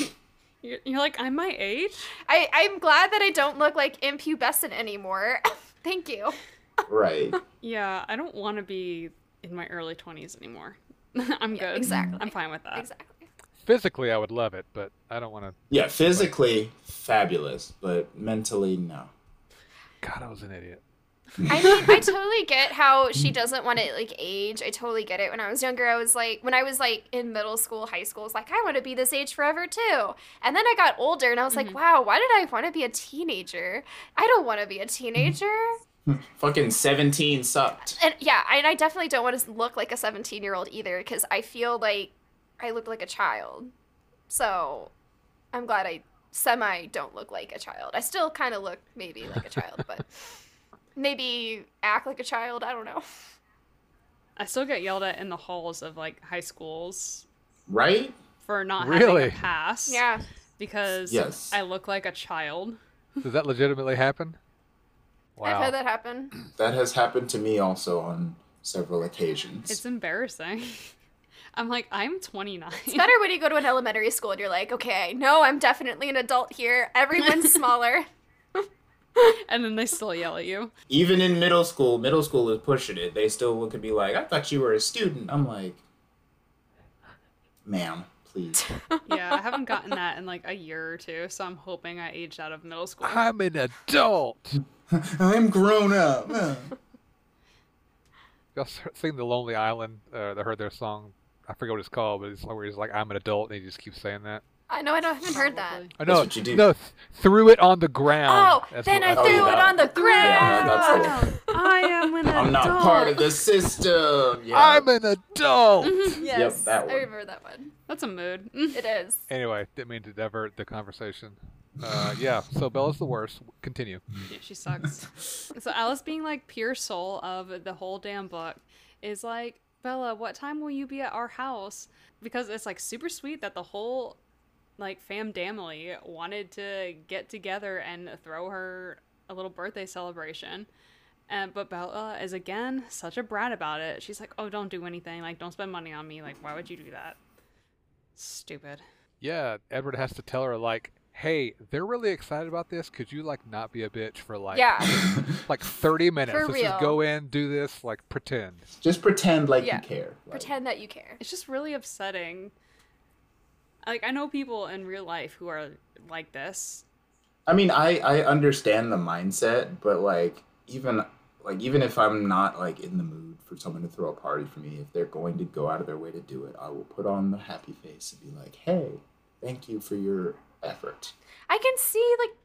Speaker 1: you're, you're like I'm my age."
Speaker 2: I I'm glad that I don't look like impubescent anymore. [LAUGHS] thank you. [LAUGHS]
Speaker 3: Right.
Speaker 1: Yeah, I don't want to be in my early 20s anymore. [LAUGHS] I'm good.
Speaker 2: exactly.
Speaker 1: I'm fine with that.
Speaker 2: Exactly.
Speaker 4: Physically, I would love it, but I don't want to.
Speaker 3: Yeah, physically fabulous, but mentally no.
Speaker 4: [SIGHS] God, I was an idiot.
Speaker 2: I mean, I totally get how she doesn't want to like age. I totally get it. When I was younger, I was like, when I was like in middle school, high school, I was like, I want to be this age forever too. And then I got older, and I was like, wow, why did I want to be a teenager? I don't want to be a teenager.
Speaker 3: Fucking 17 sucked.
Speaker 2: And yeah, I- and I definitely don't want to look like a seventeen-year-old either, because I feel like I look like a child. So, I'm glad I semi don't look like a child. I still kind of look maybe like a child, but maybe act like a child. I don't know.
Speaker 1: I still get yelled at in the halls of like high schools
Speaker 3: Right?
Speaker 1: for not
Speaker 4: Really?
Speaker 1: having a pass.
Speaker 2: [LAUGHS] Yeah.
Speaker 1: Because
Speaker 3: Yes.
Speaker 1: I look like a child.
Speaker 4: Does that legitimately happen?
Speaker 2: [LAUGHS] I've
Speaker 4: Wow.
Speaker 2: had that
Speaker 4: [CLEARS THROAT]
Speaker 2: happen.
Speaker 3: That has happened to me also on several occasions.
Speaker 1: It's embarrassing. [LAUGHS] I'm like, I'm 29.
Speaker 2: It's [LAUGHS] better when you go to an elementary school and you're like, okay, no, I'm definitely an adult here.
Speaker 4: [LAUGHS]
Speaker 2: Everyone's smaller.
Speaker 1: and then they still yell at you.
Speaker 3: Even in middle school, middle school is pushing it. They still look and be like, I thought you were a student. I'm like, ma'am,
Speaker 2: [LAUGHS]
Speaker 3: please.
Speaker 1: Yeah, I haven't gotten that in like a year or two, so I'm hoping I aged out of middle school.
Speaker 4: I'm an adult.
Speaker 3: I'm
Speaker 2: [LAUGHS]
Speaker 3: grown up. Uh.
Speaker 4: Y'all s- seen the Lonely Island? Uh, I heard their song. I forget what it's called, but it's like where he's like, "I'm an adult," and he just keeps saying that.
Speaker 2: I know I don't, haven't heard that.
Speaker 1: Probably.
Speaker 4: Oh,
Speaker 3: That's
Speaker 4: no,
Speaker 3: what you do.
Speaker 4: no, th- threw it on the ground.
Speaker 2: Oh,
Speaker 4: Um, That's
Speaker 2: then
Speaker 4: what
Speaker 2: I
Speaker 3: Oh,
Speaker 2: threw
Speaker 3: yeah.
Speaker 2: it on the
Speaker 3: Yeah,
Speaker 2: ground.
Speaker 3: no, that's cool.
Speaker 1: I am an
Speaker 3: I'm not
Speaker 1: adult.
Speaker 3: part of the system. Oh, Yeah.
Speaker 4: I'm an adult.
Speaker 2: Mm-hmm. yes,
Speaker 3: that one.
Speaker 2: I remember that one.
Speaker 1: That's a mood. Mm-hmm.
Speaker 2: It is.
Speaker 4: Anyway, didn't mean to divert the conversation. Uh, yeah, so Bella's the worst. Continue.
Speaker 1: [LAUGHS] Yeah, she sucks. so Alice being like pure soul of the whole damn book, is like, Bella, what time will you be at our house? Because it's like super sweet that the whole like fam family wanted to get together and throw her a little birthday celebration. And but Bella is again such a brat about it. She's like, "Oh, don't do anything. Like, don't spend money on me. Like, why would you do that?" Stupid.
Speaker 4: Yeah, Edward has to tell her like, "Hey, they're really excited about this. Could you like not be a bitch for like
Speaker 2: yeah.
Speaker 4: like 30 minutes?
Speaker 2: For
Speaker 4: Let's
Speaker 2: real.
Speaker 4: just go in, do this, like pretend."
Speaker 3: [LAUGHS] Just pretend like
Speaker 2: Yeah.
Speaker 3: you care. Like,
Speaker 2: Pretend that you care.
Speaker 1: It's just really upsetting. Like, I know people in real life who are like this.
Speaker 3: I mean, I I understand the mindset, but like even like even if I'm not like in the mood for someone to throw a party for me, if they're going to go out of their way to do it, I will put on the happy face and be like, "Hey, thank you for your effort."
Speaker 2: I can see like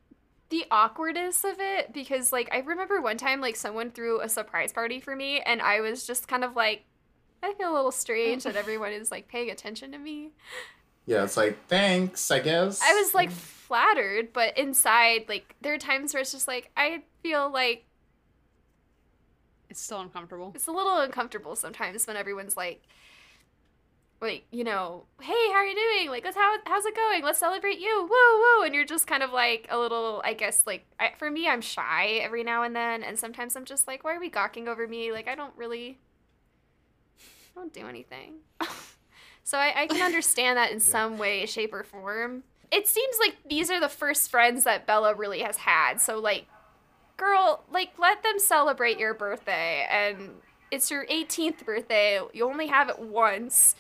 Speaker 2: the awkwardness of it because like I remember one time like someone threw a surprise party for me and I was just kind of like I feel a little strange that everyone is like paying attention to me.
Speaker 3: Yeah, it's like thanks, I guess.
Speaker 2: I was like flattered, but inside like there are times where it's just like I feel like
Speaker 1: It's still uncomfortable.
Speaker 2: it's a little uncomfortable sometimes when everyone's like like you know hey how are you doing like let's how, how's it going let's celebrate you woo woo and you're just kind of like a little i guess like I, for me i'm shy every now and then and sometimes i'm just like why are we gawking over me like i don't really I don't do anything [LAUGHS] so I, I can understand that in some way shape or form it seems like these are the first friends that bella really has had so like girl, like let them celebrate your birthday and it's your 18th birthday. You only have it once.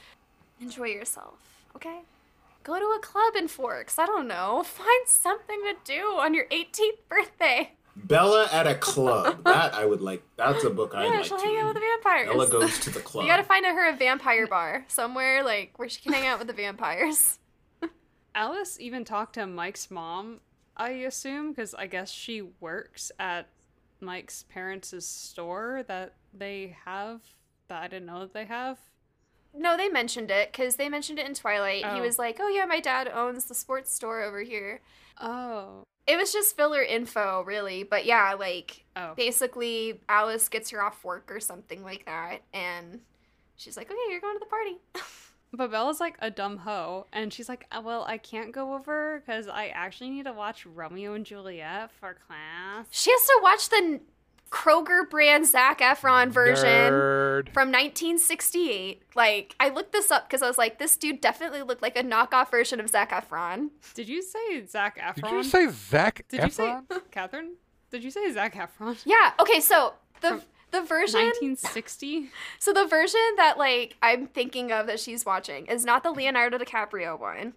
Speaker 2: Enjoy yourself, okay? Go to a club in Forks. I don't know. [LAUGHS] Find something to do on your 18th birthday.
Speaker 3: Bella at
Speaker 2: [LAUGHS]
Speaker 3: a club. that I would like. That's a book I'd
Speaker 2: yeah,
Speaker 3: like
Speaker 2: she'll
Speaker 3: to.
Speaker 2: hang out with the
Speaker 3: read.
Speaker 2: vampires.
Speaker 3: Ella goes to the
Speaker 2: [LAUGHS]
Speaker 3: club.
Speaker 2: you gotta find her a vampire bar somewhere, like where she can hang out with the vampires.
Speaker 1: Alice even talked to Mike's mom, I assume, because I guess she works at Mike's parents' store that they have, that I didn't know that they have.
Speaker 2: [LAUGHS] No, they mentioned it because they mentioned it in Twilight. He
Speaker 1: Oh.
Speaker 2: was like, "Oh yeah, my dad owns the sports store over here."
Speaker 1: Oh.
Speaker 2: It was just filler info, really. But yeah, like
Speaker 1: Oh.
Speaker 2: basically Alice gets her off work or something like that, and she's like, "Okay, you're going to the party."
Speaker 1: But Bella's like a dumb hoe, and she's like, "Uh, "Well, I can't go over because I actually need to watch Romeo and Juliet for class."
Speaker 2: she has to watch the Kroger brand Zac Efron version
Speaker 4: Nerd.
Speaker 2: from 1968. Like, I looked this up because I was like, "This dude definitely looked like a knockoff version of Zac Efron."
Speaker 1: Did you say Zach Efron?
Speaker 4: Did you say Zach
Speaker 1: Did you say
Speaker 4: Efron?
Speaker 1: Catherine? Did you say Zach Efron?
Speaker 2: Yeah. Okay, so the
Speaker 1: From
Speaker 2: the version
Speaker 1: 1960.
Speaker 2: So the version that like I'm thinking of that she's watching is not the Leonardo DiCaprio one.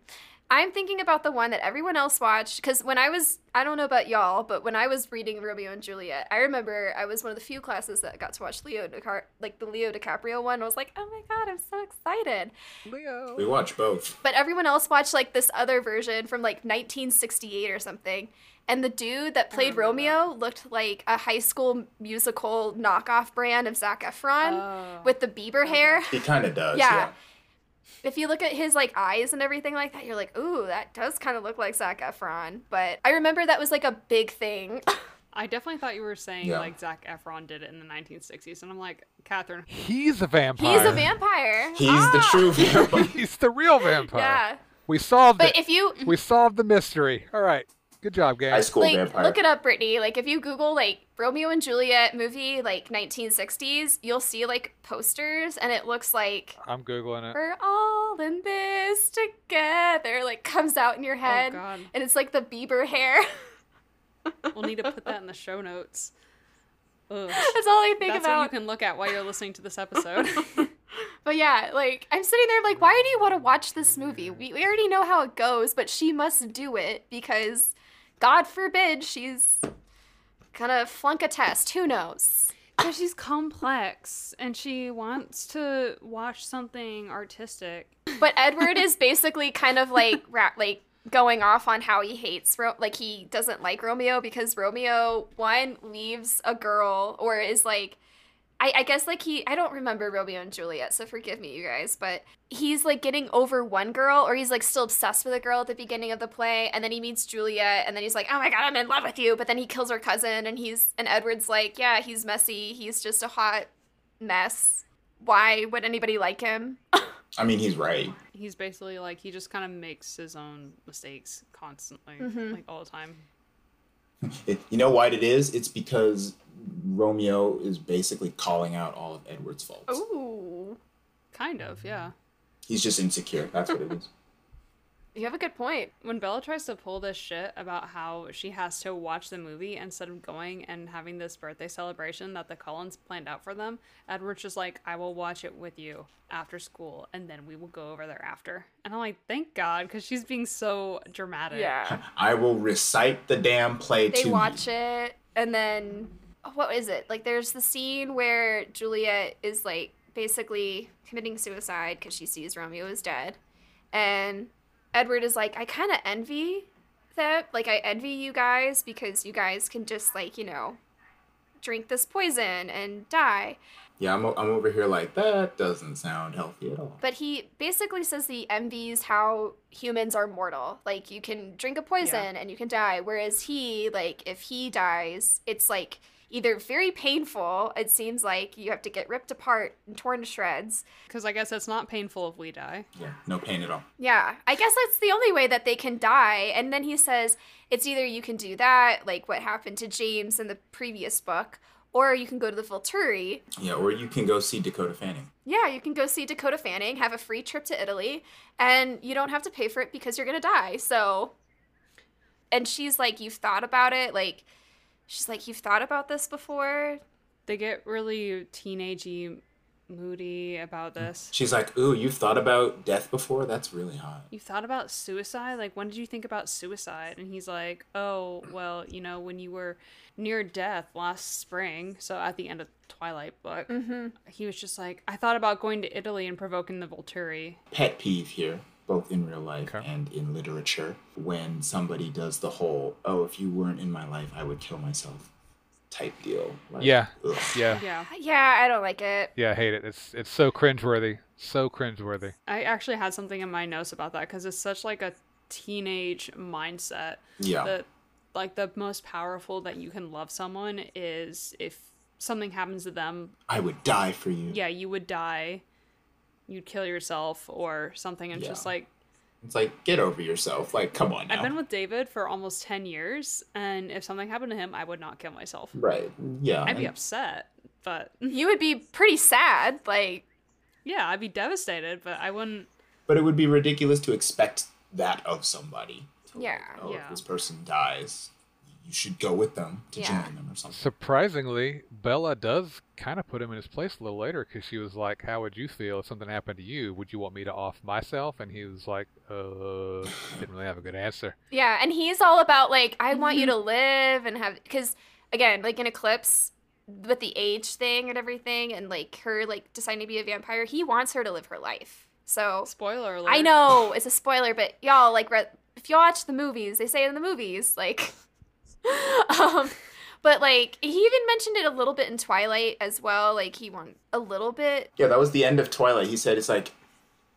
Speaker 2: I'm thinking about the one that everyone else watched because when I was I don't know about y'all, but when I was reading Romeo and Juliet, I remember I was one of the few classes that got to watch Leo DiCap- like the Leo DiCaprio one. I was like, oh my god, I'm so excited.
Speaker 3: we
Speaker 4: Leo.
Speaker 3: watch both.
Speaker 2: But everyone else watched like this other version from like 1968 or something. And the dude that played
Speaker 1: remember
Speaker 2: Romeo looked like a high school musical knockoff brand of Zac Efron
Speaker 1: Oh.
Speaker 2: with the Bieber hair
Speaker 3: He kind of does.
Speaker 2: Yeah.
Speaker 3: yeah.
Speaker 2: if you look at his like eyes and everything like that, you're like, ooh, that does kind of look like Zac Efron. But I remember that was like a big thing. [LAUGHS]
Speaker 1: I definitely thought you were saying
Speaker 3: Yeah.
Speaker 1: like Zach Efron did it in the 1960s, and I'm like, Catherine,
Speaker 4: He's a vampire.
Speaker 2: He's a vampire. Ah.
Speaker 3: He's the
Speaker 2: [LAUGHS]
Speaker 3: true vampire.
Speaker 4: [LAUGHS] He's the real vampire.
Speaker 2: Yeah,
Speaker 4: We solved
Speaker 2: but
Speaker 4: it.
Speaker 2: if
Speaker 3: [LAUGHS]
Speaker 2: you
Speaker 4: we solved the mystery. All right. Good job,
Speaker 3: High
Speaker 4: gang.
Speaker 3: school
Speaker 2: like
Speaker 3: vampire.
Speaker 2: look it up, Brittany. Like if you Google like Romeo and Juliet movie like 1960s, you'll see like posters, and it looks like
Speaker 4: I'm googling it.
Speaker 2: we're all in this together. Like comes out in your head,
Speaker 1: oh god,
Speaker 2: and it's like the Bieber hair. [LAUGHS]
Speaker 1: we'll need to put that in the show notes. [LAUGHS] Ugh.
Speaker 2: That's all I think
Speaker 1: That's
Speaker 2: about.
Speaker 1: what you can look at while you're listening to this [LAUGHS] episode.
Speaker 2: But yeah, like I'm sitting there like, why do you want to watch this movie? We, we already know how it goes, but she must do it because God forbid she's gonna flunk a test. Who knows?
Speaker 1: Because she's complex and she wants to watch something artistic.
Speaker 2: But Edward is basically kind of like ra- like going off on how he hates Ro- like he doesn't like Romeo because Romeo one leaves a girl or is like I, I guess like he I don't remember Romeo and Juliet, so forgive me you guys, but he's like getting over one girl or he's like still obsessed with a girl at the beginning of the play and then he meets Juliet and then he's like, "Oh my god, I'm in love with you." But then he kills her cousin and he's and Edward's like, "Yeah, he's messy. He's just a hot mess." why would anybody like him?
Speaker 3: I mean, he's right.
Speaker 1: He's basically like he just kind of makes his own mistakes constantly,
Speaker 2: Mhm.
Speaker 1: like all the time.
Speaker 3: It, you know what it is? It's because Romeo is basically calling out all of Edward's faults.
Speaker 2: Oh. Ooh,
Speaker 1: Kind of, yeah.
Speaker 3: He's just insecure. That's what
Speaker 2: [LAUGHS]
Speaker 3: it is.
Speaker 2: you have a good point.
Speaker 1: When Bella tries to pull this shit about how she has to watch the movie instead of going and having this birthday celebration that the Collins planned out for them, Edward's just like, I will watch it with you after school and then we will go over there after. And I'm like, thank God, because she's being so dramatic.
Speaker 2: Yeah,
Speaker 3: I will recite the damn play
Speaker 2: they
Speaker 3: to
Speaker 2: watch it, and then oh, what is it? Like, there's the scene where Juliet is like basically committing suicide because she sees Romeo is dead, and Edward is like, I kind of envy that. Like, I envy you guys because you guys can just like you know drink this poison and die.
Speaker 3: Yeah, I'm, o- I'm over here like, that doesn't sound healthy at all.
Speaker 2: But he basically says he envies how humans are mortal. Like you can drink a poison and you can die. Whereas he, like, if he dies, it's like either very painful, it seems like you have to get ripped apart and torn to shreds.
Speaker 1: Because I guess it's not painful if we die.
Speaker 3: Yeah, no pain at all.
Speaker 2: Yeah. I guess that's the only way that they can die. And then he says it's either you can do that, like what happened to James in the previous book, or you can go to the Volturi,
Speaker 3: Yeah, or you can go see Dakota Fanning.
Speaker 2: Yeah, you can go see Dakota Fanning, have a free trip to Italy, and you don't have to pay for it because you're going to die. So, and she's like, You've thought about it? Like, she's like, You've thought about this before?
Speaker 1: They get really teenagey, moody about this.
Speaker 3: She's like, ooh, you've thought about death before? That's really hot.
Speaker 1: you thought about suicide? Like, when did you think about suicide? And he's like, oh, well, you know, when you were near death last spring, so at the end of Twilight book,
Speaker 3: Mm.
Speaker 2: hmm
Speaker 1: he was just like, I thought about going to Italy and provoking the Volturi.
Speaker 3: pet peeve here, both in real life
Speaker 4: Okay.
Speaker 3: and in literature, when somebody does the whole, oh, if you weren't in my life, I would kill myself type deal. Like,
Speaker 4: Yeah.
Speaker 3: ugh.
Speaker 4: Yeah.
Speaker 1: Yeah.
Speaker 2: Uh, Yeah, I don't like it.
Speaker 4: Yeah, I hate it. It's it's so cringeworthy. So cringeworthy.
Speaker 1: I actually had something in my notes about that because it's such like a teenage mindset
Speaker 3: Yeah.
Speaker 1: that like the most powerful that you can love someone is if something happens to them
Speaker 3: I would die for you.
Speaker 1: yeah you would die you'd kill yourself or something and it's just
Speaker 3: Yeah.
Speaker 1: like
Speaker 3: It's like, get over yourself. Like, come on now.
Speaker 1: I've been with David for almost 10 years, and if something happened to him, I would not kill myself.
Speaker 3: right. Yeah.
Speaker 1: I'd be
Speaker 3: and-
Speaker 1: upset, but
Speaker 2: You would be pretty sad. Like,
Speaker 1: yeah, I'd be devastated, but I wouldn't.
Speaker 3: But it would be ridiculous to expect that of somebody. To, like,
Speaker 2: Yeah.
Speaker 3: oh,
Speaker 1: Yeah.
Speaker 3: if this person dies, you should go with them to
Speaker 2: Yeah.
Speaker 3: join them or something.
Speaker 4: Surprisingly, Bella does kind of put him in his place a little later because she was like, "How would you feel if something happened to you? Would you want me to off myself?" And he was like, "Uh, didn't really have a good answer."
Speaker 2: yeah. And he's all about, like, I want you to live and have, because again, like in Eclipse, with the age thing and everything, and like her, like, deciding to be a vampire, he wants her to live her life. So,
Speaker 1: Spoiler alert.
Speaker 2: I know it's a spoiler, but y'all like re- if you watch the movies, they say it in the movies, like. [LAUGHS] um, but like he even mentioned it a little bit in Twilight as well. Like he won a little bit.
Speaker 3: Yeah, that was the end of Twilight. He said it's like,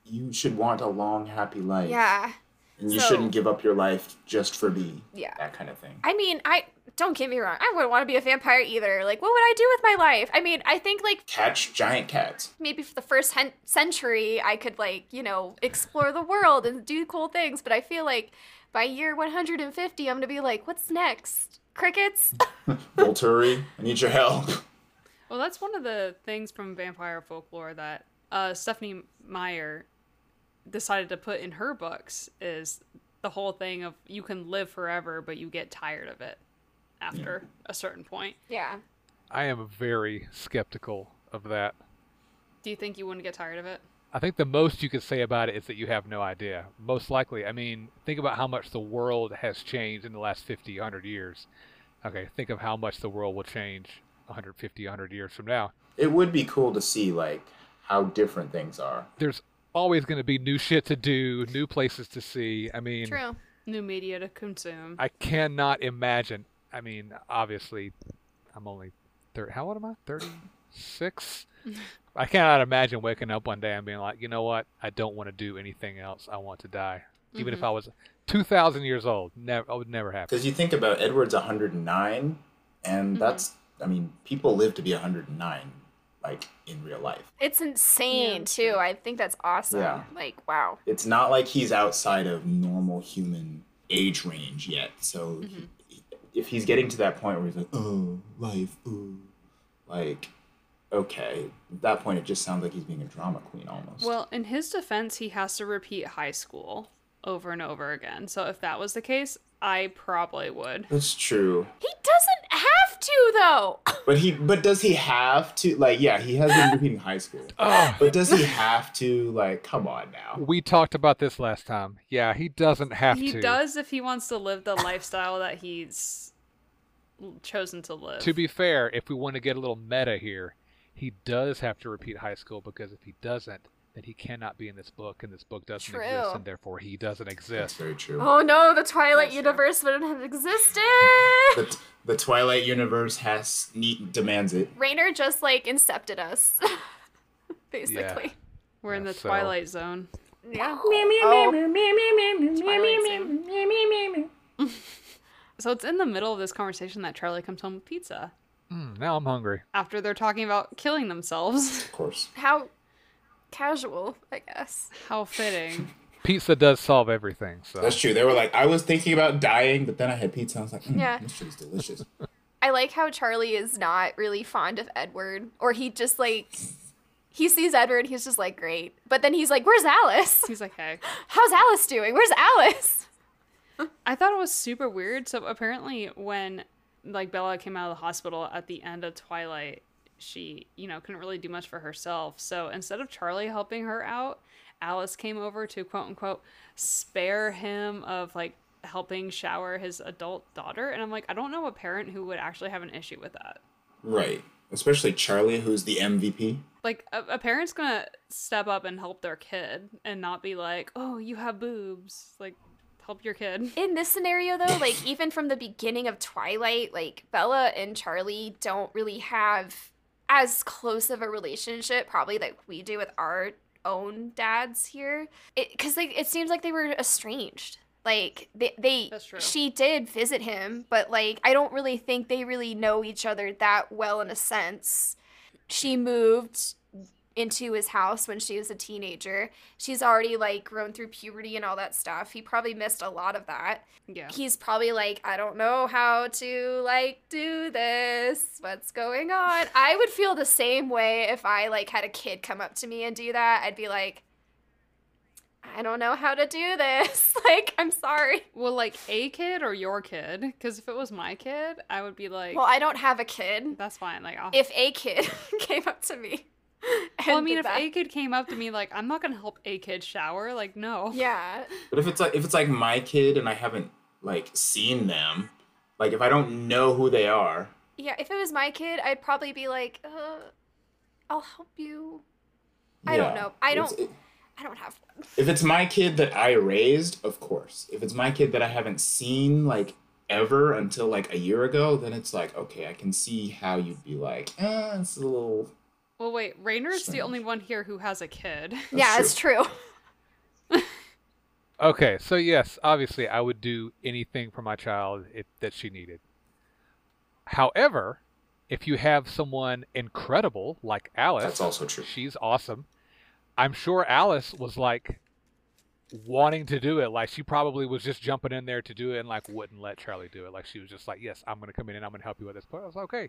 Speaker 3: you should want a long, happy life.
Speaker 2: Yeah,
Speaker 3: And you
Speaker 2: So-
Speaker 3: shouldn't give up your life just for me.
Speaker 2: yeah.
Speaker 3: That kind of thing.
Speaker 2: I mean, I don't get me wrong. I wouldn't want to be a vampire either. Like, what would I do with my life? I mean, I think like
Speaker 3: Catch giant cats.
Speaker 2: maybe for the first hen- century, I could like you know explore the world and do cool things. But I feel like by year 150, I'm gonna be like, what's next? Crickets. [LAUGHS]
Speaker 3: Volturi, I need your help. [LAUGHS]
Speaker 1: Well, that's one of the things from vampire folklore that uh, Stephanie Meyer decided to put in her books is the whole thing of you can live forever, but you get tired of it after a certain point.
Speaker 2: yeah.
Speaker 4: I am very skeptical of that.
Speaker 1: Do you think you wouldn't get tired of it?
Speaker 4: I think the most you could say about it is that you have no idea. Most likely, I mean, think about how much the world has changed in the last 50, 100 years. Okay, think of how much the world will change 150, 100 years from now.
Speaker 3: It would be cool to see like how different things are.
Speaker 4: There's always going to be new shit to do, new places to see. I mean,
Speaker 2: True.
Speaker 1: New media to consume.
Speaker 4: I cannot imagine. I mean, obviously, I'm only thir How old am I?
Speaker 1: [LAUGHS]
Speaker 4: Thirty-six. I cannot imagine waking up one day and being like, you know what? I don't want to do anything else. I want to die. Even
Speaker 1: Mm-hmm.
Speaker 4: if I was two thousand years old, never. I would never happen.
Speaker 3: Because you think about Edward's 109, and that's I mean, people live to be 109. like in real life.
Speaker 2: It's insane
Speaker 1: Yeah.
Speaker 2: too. I think that's awesome.
Speaker 3: Yeah.
Speaker 2: Like wow.
Speaker 3: It's not like he's outside of normal human age range yet. So he- if he's getting to that point where he's like, oh, life, ooh, like, okay, at that point it just sounds like he's being a drama queen almost.
Speaker 1: Well, in his defense, he has to repeat high school over and over again. So if that was the case, I probably would.
Speaker 3: that's true.
Speaker 2: He doesn't have to though. [LAUGHS]
Speaker 3: But he, but does he have to? Like, yeah, he has been repeating high school.
Speaker 4: Ugh.
Speaker 3: But does he have to? Like, come on now.
Speaker 4: We talked about this last time. Yeah, he doesn't have
Speaker 1: he
Speaker 4: to.
Speaker 1: does if he wants to live the lifestyle that he's l- chosen to live.
Speaker 4: To be fair, if we want to get a little meta here, he does have to repeat high school because if he doesn't, then he cannot be in this book, and this book doesn't
Speaker 2: True.
Speaker 4: exist, and therefore he doesn't
Speaker 3: That's
Speaker 4: exist.
Speaker 3: very true.
Speaker 2: Oh no, the Twilight
Speaker 1: That's true.
Speaker 2: universe wouldn't have existed.
Speaker 3: The, t- the Twilight universe has need, demands it.
Speaker 2: Rainer just like incepted us. [LAUGHS] Basically.
Speaker 1: We're in
Speaker 4: Yeah,
Speaker 1: the
Speaker 4: so-
Speaker 1: Twilight Zone.
Speaker 2: Yeah. Oh.
Speaker 1: Twilight Zone. So it's in the middle of this conversation that Charlie comes home with pizza
Speaker 4: Mm, now I'm hungry.
Speaker 1: after they're talking about killing themselves. [LAUGHS]
Speaker 3: Of course.
Speaker 2: How casual, I guess.
Speaker 1: How fitting.
Speaker 4: Pizza does solve everything. So
Speaker 3: That's true. They were like, I was thinking about dying, but then I had pizza. I was like, mm,
Speaker 2: Yeah.
Speaker 3: this shit is delicious.
Speaker 2: I like how Charlie is not really fond of Edward, or he just like he sees Edward, he's just like great, but then he's like, "Where's Alice?
Speaker 1: He's like, hey.
Speaker 2: How's Alice doing? Where's Alice?"
Speaker 1: I thought it was super weird. So apparently, when like Bella came out of the hospital at the end of Twilight, she you know couldn't really do much for herself. So instead of Charlie helping her out, Alice came over to quote unquote spare him of like helping shower his adult daughter. And I'm like, I don't know a parent who would actually have an issue with that.
Speaker 3: right. Especially Charlie, who's the MVP.
Speaker 1: Like a, a parent's gonna step up and help their kid and not be like, oh, you have boobs, like help your kid. [LAUGHS]
Speaker 2: In this scenario, though, like even from the beginning of Twilight, like Bella and Charlie don't really have as close of a relationship, probably like we do with our own dads here, because like it seems like they were estranged. Like they, they
Speaker 1: That's true.
Speaker 2: she did visit him, but like I don't really think they really know each other that well in a sense. She moved into his house when she was a teenager. She's already like grown through puberty and all that stuff. He probably missed a lot of that.
Speaker 1: Yeah.
Speaker 2: He's probably like, I don't know how to like do this. What's going on? I would feel the same way if I like had a kid come up to me and do that. I'd be like, I don't know how to do this. [LAUGHS] Like, I'm sorry.
Speaker 1: Well, like a kid or your kid? Because if it was my kid, I would be like,
Speaker 2: Well, I don't have a kid.
Speaker 1: that's fine. Like, I'll.
Speaker 2: If a kid [LAUGHS] came up to me, and
Speaker 1: well, I mean,
Speaker 2: did
Speaker 1: if
Speaker 2: that-
Speaker 1: a kid came up to me like, I'm not gonna help a kid shower. Like, no.
Speaker 2: yeah,
Speaker 3: But if it's like if it's like my kid and I haven't like seen them, like if I don't know who they are,
Speaker 2: Yeah, if it was my kid, I'd probably be like, uh, I'll help you. I don't know. I
Speaker 3: It's-
Speaker 2: don't- I don't have one.
Speaker 3: If it's my kid that I raised, of course. If it's my kid that I haven't seen like ever until like a year ago, then it's like, okay, I can see how you'd be like, eh, it's a little
Speaker 1: Well, wait, Rainer's the
Speaker 3: Strange.
Speaker 1: only one here who has a kid. [LAUGHS]
Speaker 2: yeah, it's true. [LAUGHS]
Speaker 4: okay, so yes, obviously I would do anything for my child if, that she needed. However, if you have someone incredible like Alice,
Speaker 3: That's also true.
Speaker 4: she's awesome. I'm sure Alice was like wanting to do it. Like she probably was just jumping in there to do it and like wouldn't let Charlie do it. Like she was just like, "Yes, I'm gonna come in and I'm gonna help you with this." But I was like, "Okay,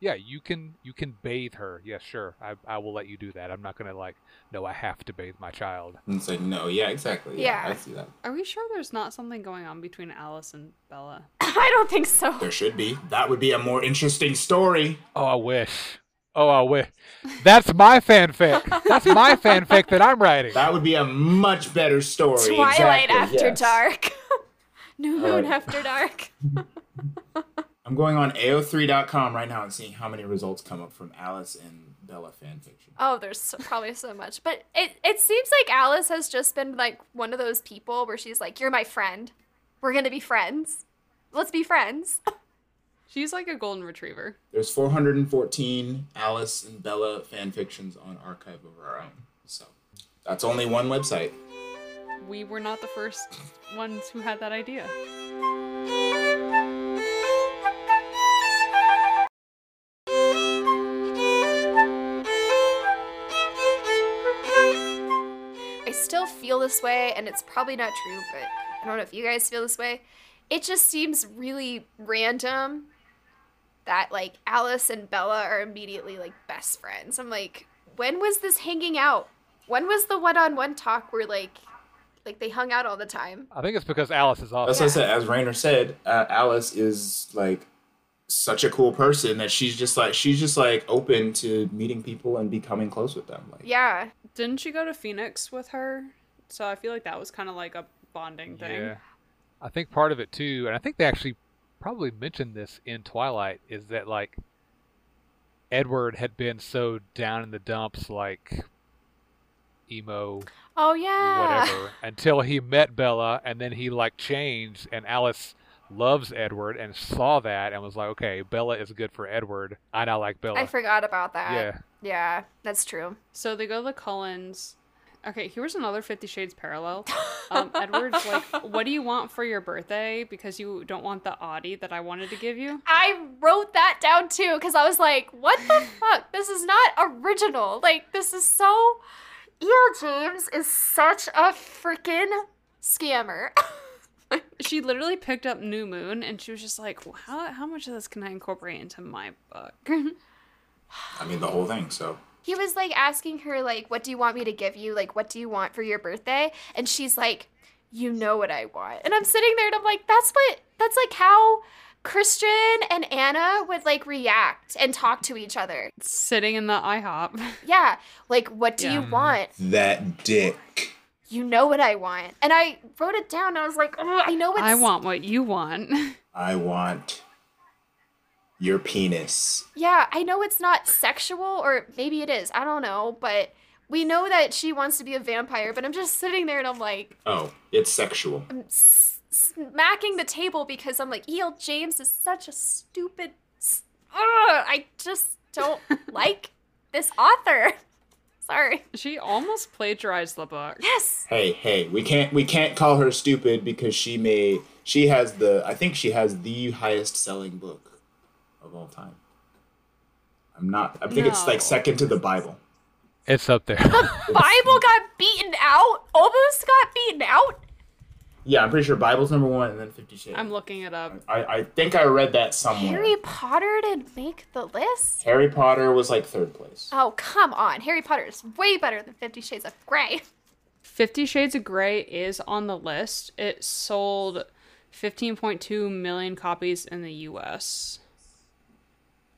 Speaker 4: yeah, you can you can bathe her. Yes, sure, I I will let you do that. I'm not gonna like, no, I have to bathe my child."
Speaker 3: And it's like, no, yeah, exactly. Yeah,
Speaker 2: Yeah.
Speaker 3: I see that.
Speaker 1: Are we sure there's not something going on between Alice and Bella?
Speaker 2: I don't think so.
Speaker 3: There should be. That would be a more interesting story.
Speaker 4: Oh, I wish. Oh, I wish. That's my fanfic.
Speaker 2: [LAUGHS]
Speaker 4: That's my fanfic that I'm writing.
Speaker 3: That would be a much better story.
Speaker 2: Twilight
Speaker 3: Exactly,
Speaker 2: after
Speaker 3: yes.
Speaker 2: dark. [LAUGHS] New
Speaker 3: All
Speaker 2: moon
Speaker 3: right.
Speaker 2: after dark.
Speaker 3: I'm going on AO3.com right now and seeing how many results come up from Alice and Bella fanfiction.
Speaker 2: Oh, there's so, probably so much, but it it seems like Alice has just been like one of those people where she's like, "You're my friend. We're gonna be friends. Let's be friends."
Speaker 1: She's like a golden retriever.
Speaker 3: There's 414 Alice and Bella fanfictions on Archive of Our Own. So that's only one website.
Speaker 1: We were not the first ones who had that idea.
Speaker 2: still feel this way, and it's probably not true, but I don't know if you guys feel this way. It just seems really random that like Alice and Bella are immediately like best friends. I'm like, when was this hanging out? When was the one-on-one talk where like like they hung out all the time?
Speaker 4: I think it's because Alice is
Speaker 3: That's
Speaker 4: awesome.
Speaker 3: what I said. As Rainer said, uh, Alice is like such a cool person that she's just like she's just like open to meeting people and becoming close with them. Like
Speaker 2: Yeah.
Speaker 1: Didn't she go to Phoenix with her? So I feel like that was kind of like a bonding thing.
Speaker 4: Yeah. I think part of it too, and I think they actually probably mentioned this in Twilight, is that like Edward had been so down in the dumps, like emo,
Speaker 2: Oh yeah.
Speaker 4: whatever, [LAUGHS] until he met Bella, and then he like changed, and Alice loves Edward and saw that and was like, okay, Bella is good for Edward. I now like Bella.
Speaker 2: I forgot about that.
Speaker 4: Yeah.
Speaker 2: Yeah, that's true.
Speaker 1: So they go to the Cullens. Okay, here's another Fifty Shades parallel. Um, Edward's like, "What do you want for your birthday? Because you don't want the Audi that I wanted to give you."
Speaker 2: I wrote that down too because I was like, what [LAUGHS] the fuck? This is not original. Like, this is so. E.L. James is such a freaking scammer. [LAUGHS]
Speaker 1: She literally picked up New Moon, and she was just like, "Well, "How how much of this can I incorporate into my book?"
Speaker 3: I mean the whole thing. So
Speaker 2: he was like asking her, like, what do you want me to give you? Like, what do you want for your birthday? And she's like, you know what I want. And I'm sitting there and I'm like, that's what, that's like how Christian and Anna would like react and talk to each other.
Speaker 1: Sitting in the IHOP.
Speaker 2: Yeah. Like, what do you
Speaker 1: Yeah.
Speaker 2: want?
Speaker 3: that dick.
Speaker 2: you know what I want. And I wrote it down. I was like, oh, I know it's.
Speaker 1: I want what you want. [LAUGHS]
Speaker 3: I want your penis.
Speaker 2: Yeah, I know it's not sexual, or maybe it is. I don't know. But we know that she wants to be a vampire. But I'm just sitting there and I'm like
Speaker 3: Oh, it's sexual.
Speaker 2: s- smacking the table because I'm like, E.L. James is such a stupid. s- Ugh, I just
Speaker 1: [LAUGHS]
Speaker 2: don't like this author. [LAUGHS] Sorry.
Speaker 1: she almost plagiarized the
Speaker 2: [LAUGHS]
Speaker 1: book.
Speaker 2: Yes.
Speaker 3: Hey, hey, we can't we can't call her stupid because she may she has the I think she has the highest selling book of all time. I'm not. I think it's
Speaker 1: No.
Speaker 3: like second to the Bible.
Speaker 4: It's up there.
Speaker 2: Bible got beaten out. Almost got beaten out.
Speaker 3: Yeah, I'm pretty sure Bible's number one, and then Fifty Shades.
Speaker 1: I'm looking it up.
Speaker 3: I, I think I read that somewhere.
Speaker 2: Harry
Speaker 3: Harry,
Speaker 2: Potter didn't make the list.
Speaker 3: Potter was like third place.
Speaker 2: Oh, come on. Harry Potter is way better than Fifty Shades of Grey.
Speaker 1: Fifty Shades of Grey is on the list. It sold 15.2 million copies in the US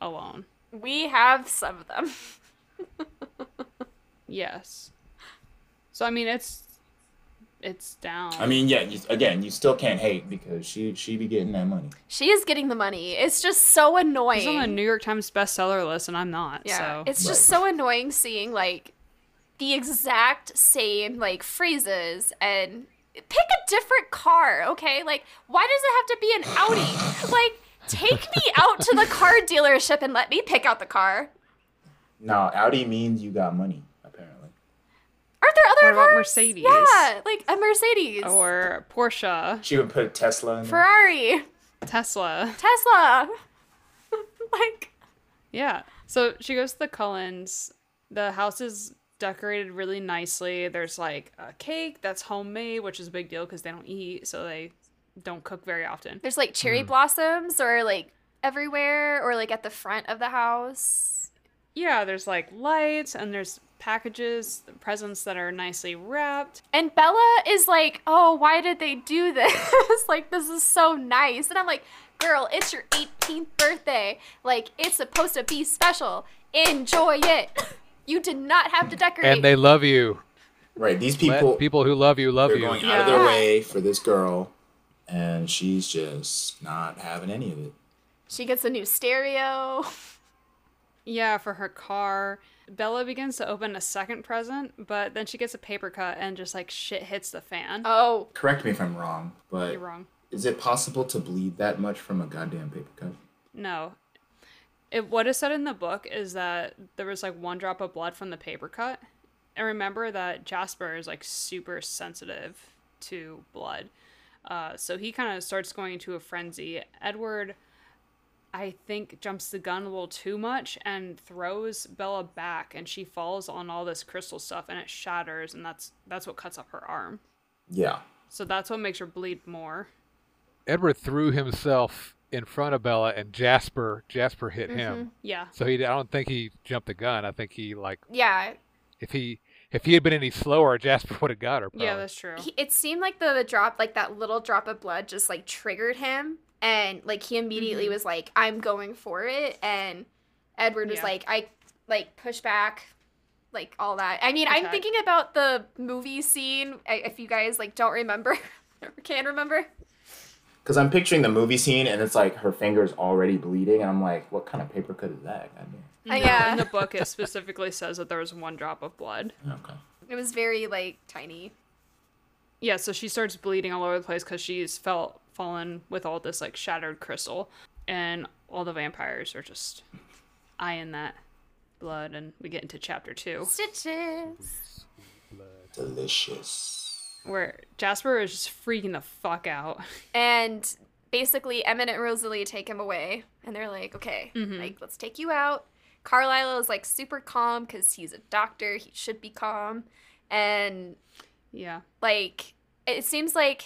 Speaker 1: alone.
Speaker 2: We have some of them.
Speaker 1: Yes. So I mean it's it's down.
Speaker 3: I mean, yeah. You, again, you still can't hate because she she be getting that money.
Speaker 2: She is getting the money. It's just so annoying.
Speaker 1: it's on the New York Times bestseller list and I'm not.
Speaker 2: yeah.
Speaker 1: so
Speaker 2: It's just so annoying seeing like the exact same like phrases and pick a different car, okay? Like why does it have to be an [LAUGHS] Audi? like take me out to the car dealership and let me pick out the car.
Speaker 3: No, Audi means you got money. Apparently,
Speaker 2: Aren't there other
Speaker 1: What about
Speaker 2: cars?
Speaker 1: Mercedes?
Speaker 2: Yeah, like a Mercedes.
Speaker 1: or Porsche,
Speaker 3: she would put Tesla. In there.
Speaker 2: Ferrari.
Speaker 1: Tesla.
Speaker 2: Tesla. [LAUGHS] like,
Speaker 1: Yeah. So she goes to the Cullens. The house is decorated really nicely. There's like a cake that's homemade, which is a big deal because they don't eat, so they don't cook very often.
Speaker 2: there's like
Speaker 4: Hmm.
Speaker 2: cherry blossoms or like everywhere or like at the front of the house.
Speaker 1: Yeah, there's like lights and there's packages, presents that are nicely wrapped.
Speaker 2: And Bella is like, oh, why did they do [LAUGHS] this? like, this is so nice. And I'm like, girl, it's your 18th birthday. Like, it's supposed to be special. Enjoy it. [LAUGHS] You did not have to decorate.
Speaker 4: and they love you.
Speaker 3: Right. These
Speaker 4: People,
Speaker 3: people
Speaker 4: people who love you love
Speaker 3: they're
Speaker 4: you.
Speaker 3: going out of their
Speaker 1: Yeah.
Speaker 3: way for this girl, and she's just not having any of it.
Speaker 2: she gets a new stereo. [LAUGHS]
Speaker 1: Yeah, for her car. Bella begins to open a second present, but then she gets a paper cut and just like shit hits the fan.
Speaker 2: Oh,
Speaker 3: Correct me if I'm wrong, but
Speaker 1: You're wrong.
Speaker 3: is it possible to bleed that much from a goddamn paper cut?
Speaker 1: No. It, what is said in the book is that there was like one drop of blood from the paper cut. And remember that Jasper is like super sensitive to blood. Uh, so he kind of starts going into a frenzy. Edward I think jumps the gun a little too much and throws Bella back and she falls on all this crystal stuff and it shatters and that's that's what cuts up her arm.
Speaker 3: Yeah.
Speaker 1: So that's what makes her bleed more.
Speaker 4: Edward threw himself in front of Bella, and Jasper Jasper
Speaker 1: Mm-hmm.
Speaker 4: hit him.
Speaker 1: Yeah.
Speaker 4: So he, I don't think he jumped the gun. I think he like
Speaker 2: Yeah,
Speaker 4: if he if he had been any slower, Jasper [LAUGHS] would have got her. Probably.
Speaker 1: Yeah, that's true.
Speaker 2: he, it seemed like the drop, like that little drop of blood, just like triggered him, and like he immediately
Speaker 1: Mm-hmm.
Speaker 2: was like, "I'm going for it," and Edward was
Speaker 1: Yeah.
Speaker 2: like, "I like push back." Like all that. I mean, I'm
Speaker 1: Attack.
Speaker 2: thinking about the movie scene. I- If you guys like don't remember, [LAUGHS] or can't remember,
Speaker 3: Because I'm picturing the movie scene and it's like her finger's already bleeding, and I'm like, what kind of paper cut is that? God
Speaker 2: Uh,
Speaker 3: damn.
Speaker 1: No,
Speaker 2: yeah.
Speaker 1: In the book, it specifically says that there was one drop of blood.
Speaker 3: Okay.
Speaker 2: it was very like tiny.
Speaker 1: Yeah, so she starts bleeding all over the place because she's felt fallen with all this like shattered crystal, and all the vampires are just eyeing that blood, and we get into chapter two
Speaker 2: Stitches.
Speaker 3: Delicious.
Speaker 1: where Jasper is just freaking the fuck out.
Speaker 2: and basically Emmett and Rosalie take him away, and they're like, "Okay, like let's take you out." Carlisle is like super calm because he's a doctor; he should be calm, and
Speaker 1: Yeah,
Speaker 2: like it seems like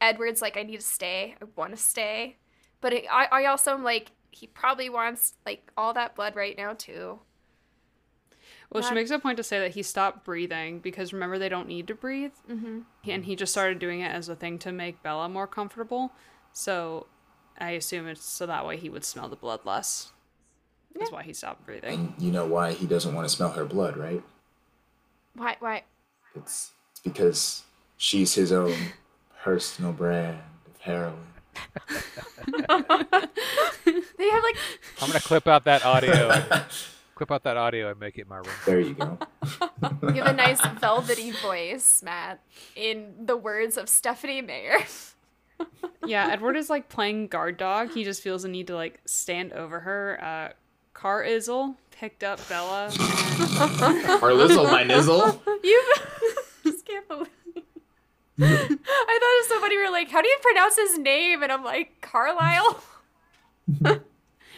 Speaker 2: Edward's like, "I need to stay. I want to stay," but it, I, I also am like, he probably wants like all that blood right now too.
Speaker 1: well, she
Speaker 2: That-
Speaker 1: makes a point to say that he stopped breathing because remember they don't need to breathe,
Speaker 2: Mm-hmm.
Speaker 1: and he just started doing it as a thing to make Bella more comfortable. So, I assume it's so that way he would smell the blood less. That's why he stopped breathing. [LAUGHS]
Speaker 3: And you know why he doesn't want to smell her blood, right?
Speaker 2: Why? Why? [LAUGHS]
Speaker 3: It's, it's because she's his own personal brand of heroin.
Speaker 2: They have like
Speaker 4: I'm gonna clip out
Speaker 1: [LAUGHS]
Speaker 4: that audio. clip out that audio and make it my ring.
Speaker 3: There you go.
Speaker 2: you have a nice velvety voice, Matt, in the words of Stephanie Mayer. [LAUGHS]
Speaker 1: yeah, Edward is like playing guard dog. He just feels the need to like stand over her. Uh, Car Izzle picked up
Speaker 2: [LAUGHS]
Speaker 1: Bella. And
Speaker 3: Or Lizzle, my nizzle.
Speaker 2: You [LAUGHS] just can't believe. [LAUGHS] I thought of somebody who were like, "How do you pronounce his name?" And I'm like, Carlisle.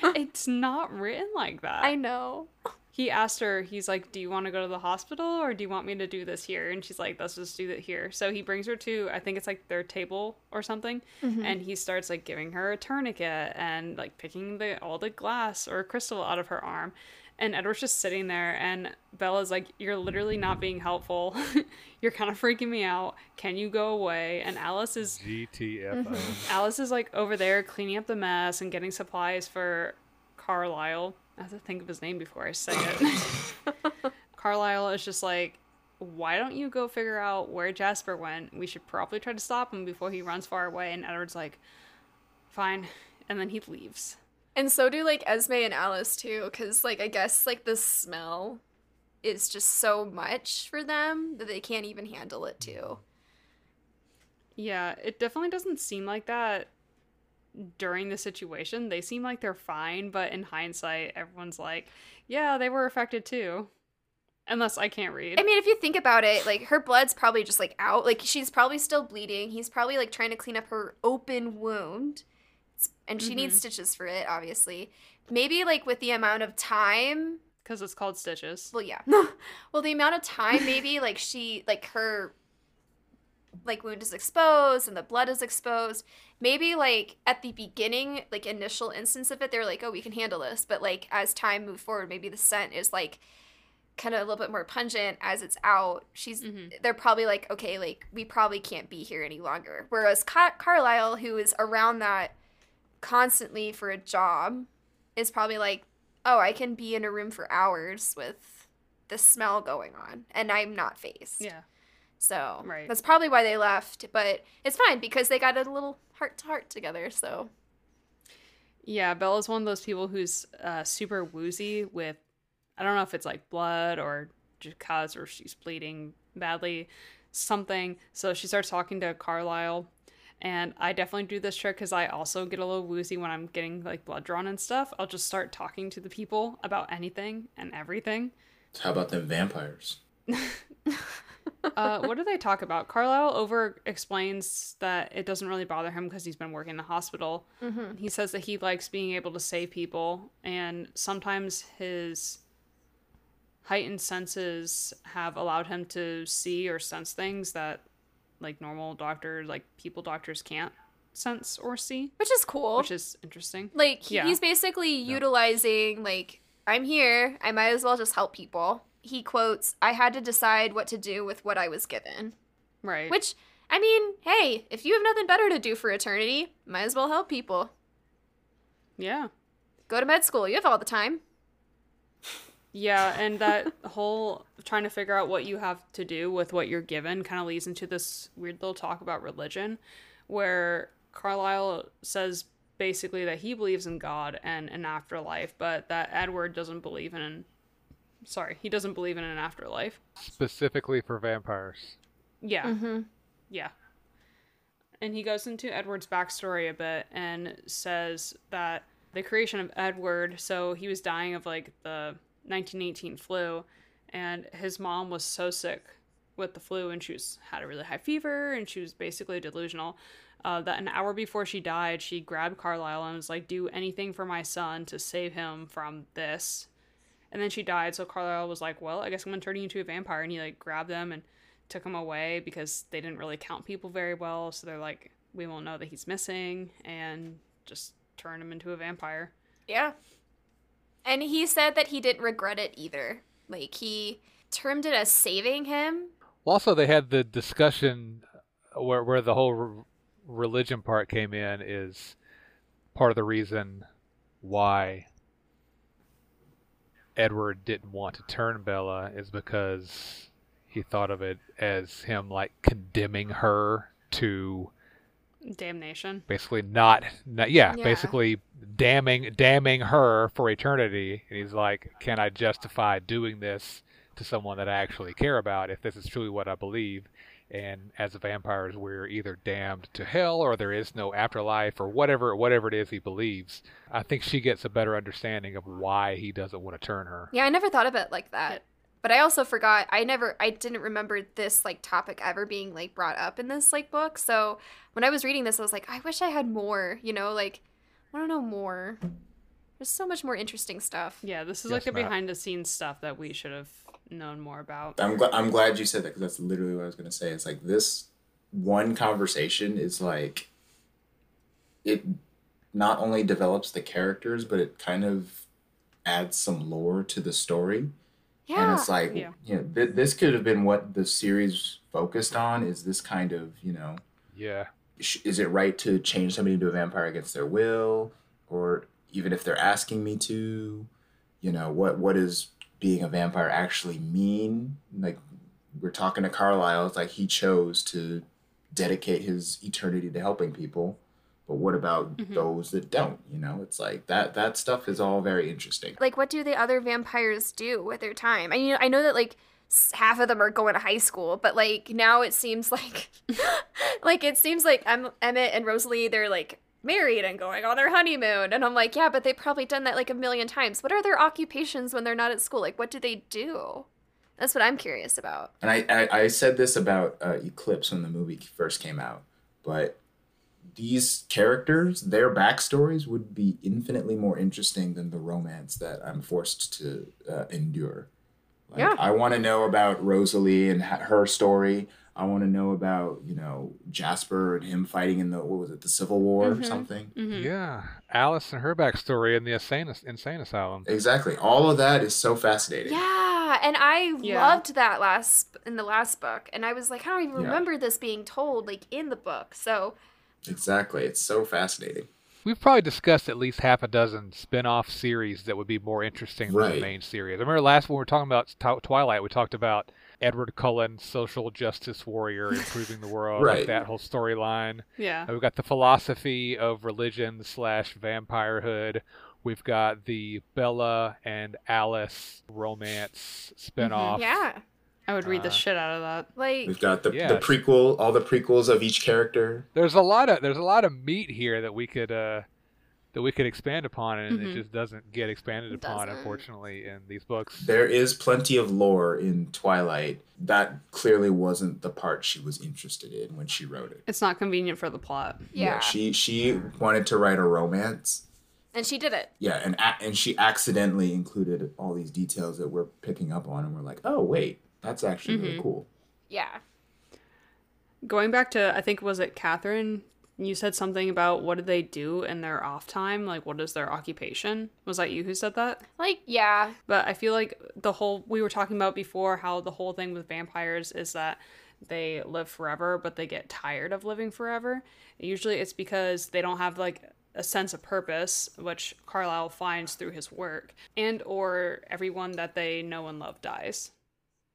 Speaker 1: it's not written like that.
Speaker 2: I know.
Speaker 1: he asked her, he's like, Do you want to go to the hospital or do you want me to do this here? And she's like, Let's just do it here. So he brings her to, I think it's like their table or something. And he starts like giving her a tourniquet and like picking the all the glass or crystal out of her arm. And Edward's just sitting there, and Bella's like, You're literally not being helpful. [LAUGHS] You're kind of freaking me out. Can you go away? And Alice is
Speaker 4: GTFO.
Speaker 1: Alice is like over there cleaning up the mess and getting supplies for Carlisle. I have to think of his name before I say it. Carlisle is just like, why don't you go figure out where Jasper went? We should probably try to stop him before he runs far away. And Edward's like, fine. And then he leaves.
Speaker 2: And so do like Esme and Alice too, because like I guess like the smell is just so much for them that they can't even handle it too.
Speaker 1: Yeah, it definitely doesn't seem like that during the situation. They seem like they're fine, but in hindsight, everyone's like, yeah, they were affected too. Unless I can't read.
Speaker 2: I mean, if you think about it, like her blood's probably just like out. Like she's probably still bleeding. He's probably like trying to clean up her open wound. It's- And she needs stitches for it, obviously. Maybe like with the amount of time,
Speaker 1: because it's called stitches.
Speaker 2: well yeah. well, the amount of time maybe like she like her like wound is exposed and the blood is exposed. Maybe like at the beginning, like initial instance of it, they're like, "Oh, we can handle this." But like as time moved forward, maybe the scent is like kind of a little bit more pungent as it's out. She's
Speaker 1: Mhm.
Speaker 2: they're probably like, okay, like we probably can't be here any longer. Whereas Car- Carlisle, who is around that constantly for a job, is probably like, oh, I can be in a room for hours with the smell going on, and I'm not phased.
Speaker 1: Yeah.
Speaker 2: So
Speaker 1: Right.
Speaker 2: that's probably why they left, but it's fine because they got a little heart to heart together. So
Speaker 1: Yeah, Bella's one of those people who's uh, super woozy with, I don't know if it's like blood or just cause or she's bleeding badly, something. So she starts talking to Carlisle. And I definitely do this trick because I also get a little woozy when I'm getting like blood drawn and stuff. I'll just start talking to the people about anything and everything.
Speaker 3: How about them vampires?
Speaker 1: uh, what do they talk about? Carlisle over explains that it doesn't really bother him because he's been working in the hospital.
Speaker 2: Mm-hmm.
Speaker 1: He says that he likes being able to save people, and sometimes his heightened senses have allowed him to see or sense things that, like, normal doctors, like, people doctors can't sense or see,
Speaker 2: Which is cool.
Speaker 1: which is interesting.
Speaker 2: like he-
Speaker 1: Yeah.
Speaker 2: he's basically utilizing like I'm here, I might as well just help people. He quotes, "I had to decide what to do with what I was given."
Speaker 1: Right.
Speaker 2: Which I mean, hey, if you have nothing better to do for eternity, might as well help people.
Speaker 1: yeah.
Speaker 2: Go to med school. You have all the time.
Speaker 1: Yeah, and that [LAUGHS] whole trying to figure out what you have to do with what you're given kind of leads into this weird little talk about religion, where Carlyle says basically that he believes in God and an afterlife, but that Edward doesn't believe in an. Sorry, he doesn't believe in an afterlife.
Speaker 4: specifically for vampires.
Speaker 1: Yeah,
Speaker 2: Mhm.
Speaker 1: yeah. And he goes into Edward's backstory a bit and says that the creation of Edward, so he was dying of like the 1918 flu, and his mom was so sick with the flu and she was had a really high fever and she was basically delusional uh, that an hour before she died she grabbed carlisle and was like do anything for my son to save him from this and then she died so carlisle was like well i guess i'm gonna turn you into a vampire and he like grabbed them and took him away because they didn't really count people very well so they're like we won't know that he's missing and just turned him into a vampire
Speaker 2: Yeah. And he said that he didn't regret it either. Like he termed it as saving him.
Speaker 4: Well, also, they had the discussion where where the whole re- religion part came in is part of the reason why Edward didn't want to turn Bella is because he thought of it as him like condemning her to
Speaker 1: damnation
Speaker 4: basically not, not yeah,
Speaker 2: Yeah.
Speaker 4: basically damning damning her for eternity and he's like can i justify doing this to someone that i actually care about if this is truly what i believe and as vampires we're either damned to hell or there is no afterlife or whatever whatever it is he believes i think she gets a better understanding of why he doesn't want to turn her
Speaker 2: Yeah, I never thought of it like that. But I also forgot I never I didn't remember this like topic ever being like brought up in this like book. So when I was reading this I was like, I wish I had more, you know, like I don't know more. There's so much more interesting stuff.
Speaker 1: yeah this is
Speaker 4: Yes,
Speaker 1: like the
Speaker 4: Matt.
Speaker 1: behind the scenes stuff that we should have known more about
Speaker 3: I'm glad I'm glad you said that because that's literally what I was gonna say. It's like this one conversation is like it not only develops the characters, but it kind of adds some lore to the story. And
Speaker 2: Yeah.
Speaker 3: it's like
Speaker 1: Yeah.
Speaker 3: you know, th- this could have been what the series focused on is this kind of you know
Speaker 4: yeah
Speaker 3: sh- is it right to change somebody into a vampire against their will or even if they're asking me to you know what what does being a vampire actually mean like we're talking to carlisle it's like he chose to dedicate his eternity to helping people but what about
Speaker 1: Mhm.
Speaker 3: those that don't you know it's like that that stuff is all very interesting
Speaker 2: Like what do the other vampires do with their time? I mean, I know that like s- half of them are going to high school, but like now it seems [LAUGHS] like like it seems like em- Emmett and Rosalie they're like married and going on their honeymoon and I'm like, yeah, but they've probably done that like a million times. What are their occupations when they're not at school? Like what do they do? That's what I'm curious about.
Speaker 3: and I, I, I said this about uh, Eclipse when the movie first came out, but these characters, their backstories would be infinitely more interesting than the romance that I'm forced to uh, endure. Like,
Speaker 2: Yeah.
Speaker 3: I want to know about Rosalie and ha- her story. I want to know about you know Jasper and him fighting in the what was it the Civil War or
Speaker 2: Mhm.
Speaker 3: something.
Speaker 1: mm-hmm.
Speaker 4: yeah alice and her backstory in the insane, as- insane asylum
Speaker 3: Exactly, all of that is so fascinating.
Speaker 2: Yeah, and I
Speaker 1: Yeah.
Speaker 2: loved that last in the last book and I was like, I don't even
Speaker 3: Yeah.
Speaker 2: remember this being told like in the book. So,
Speaker 3: Exactly, it's so fascinating.
Speaker 4: We've probably discussed at least half a dozen spin-off series that would be more interesting than the
Speaker 3: Right.
Speaker 4: main series. I remember last when we were talking about Tw- Twilight, we talked about Edward Cullen, social justice warrior,
Speaker 3: [LAUGHS]
Speaker 4: improving the world, like
Speaker 3: Right.
Speaker 4: that whole storyline.
Speaker 1: yeah
Speaker 4: Uh, We've got the philosophy of religion slash vampirehood. We've got the Bella and Alice
Speaker 3: Mm-hmm.
Speaker 4: romance spin-off.
Speaker 2: yeah.
Speaker 1: i would read the
Speaker 4: Uh,
Speaker 1: shit out of that
Speaker 2: Like
Speaker 3: We've got the,
Speaker 4: Yeah.
Speaker 3: the prequel, all the prequels of each character.
Speaker 4: There's a lot of there's a lot of meat here that we could uh, that we could expand upon, and
Speaker 1: Mhm.
Speaker 4: it just doesn't get expanded
Speaker 2: It
Speaker 4: upon,
Speaker 2: doesn't.
Speaker 4: unfortunately, in these books.
Speaker 3: There is plenty of lore in Twilight. That clearly wasn't the part she was interested in when she wrote it.
Speaker 1: It's not convenient for the plot.
Speaker 2: Yeah.
Speaker 3: she she wanted to write a romance.
Speaker 2: and she did it.
Speaker 3: Yeah, and a- and she accidentally included all these details that we're picking up on, and we're like, oh wait, that's actually
Speaker 4: Mm-hmm.
Speaker 3: really cool.
Speaker 2: Yeah.
Speaker 1: Going back to, I think, was it Catherine? You said something about what do they do in their off time? Like, what is their occupation? Was that you who said that?
Speaker 2: Like, yeah.
Speaker 1: But I feel like the whole, we were talking about before how the whole thing with vampires is that they live forever, but they get tired of living forever. Usually it's because they don't have like a sense of purpose, which Carlyle finds through his work, and or everyone that they know and love dies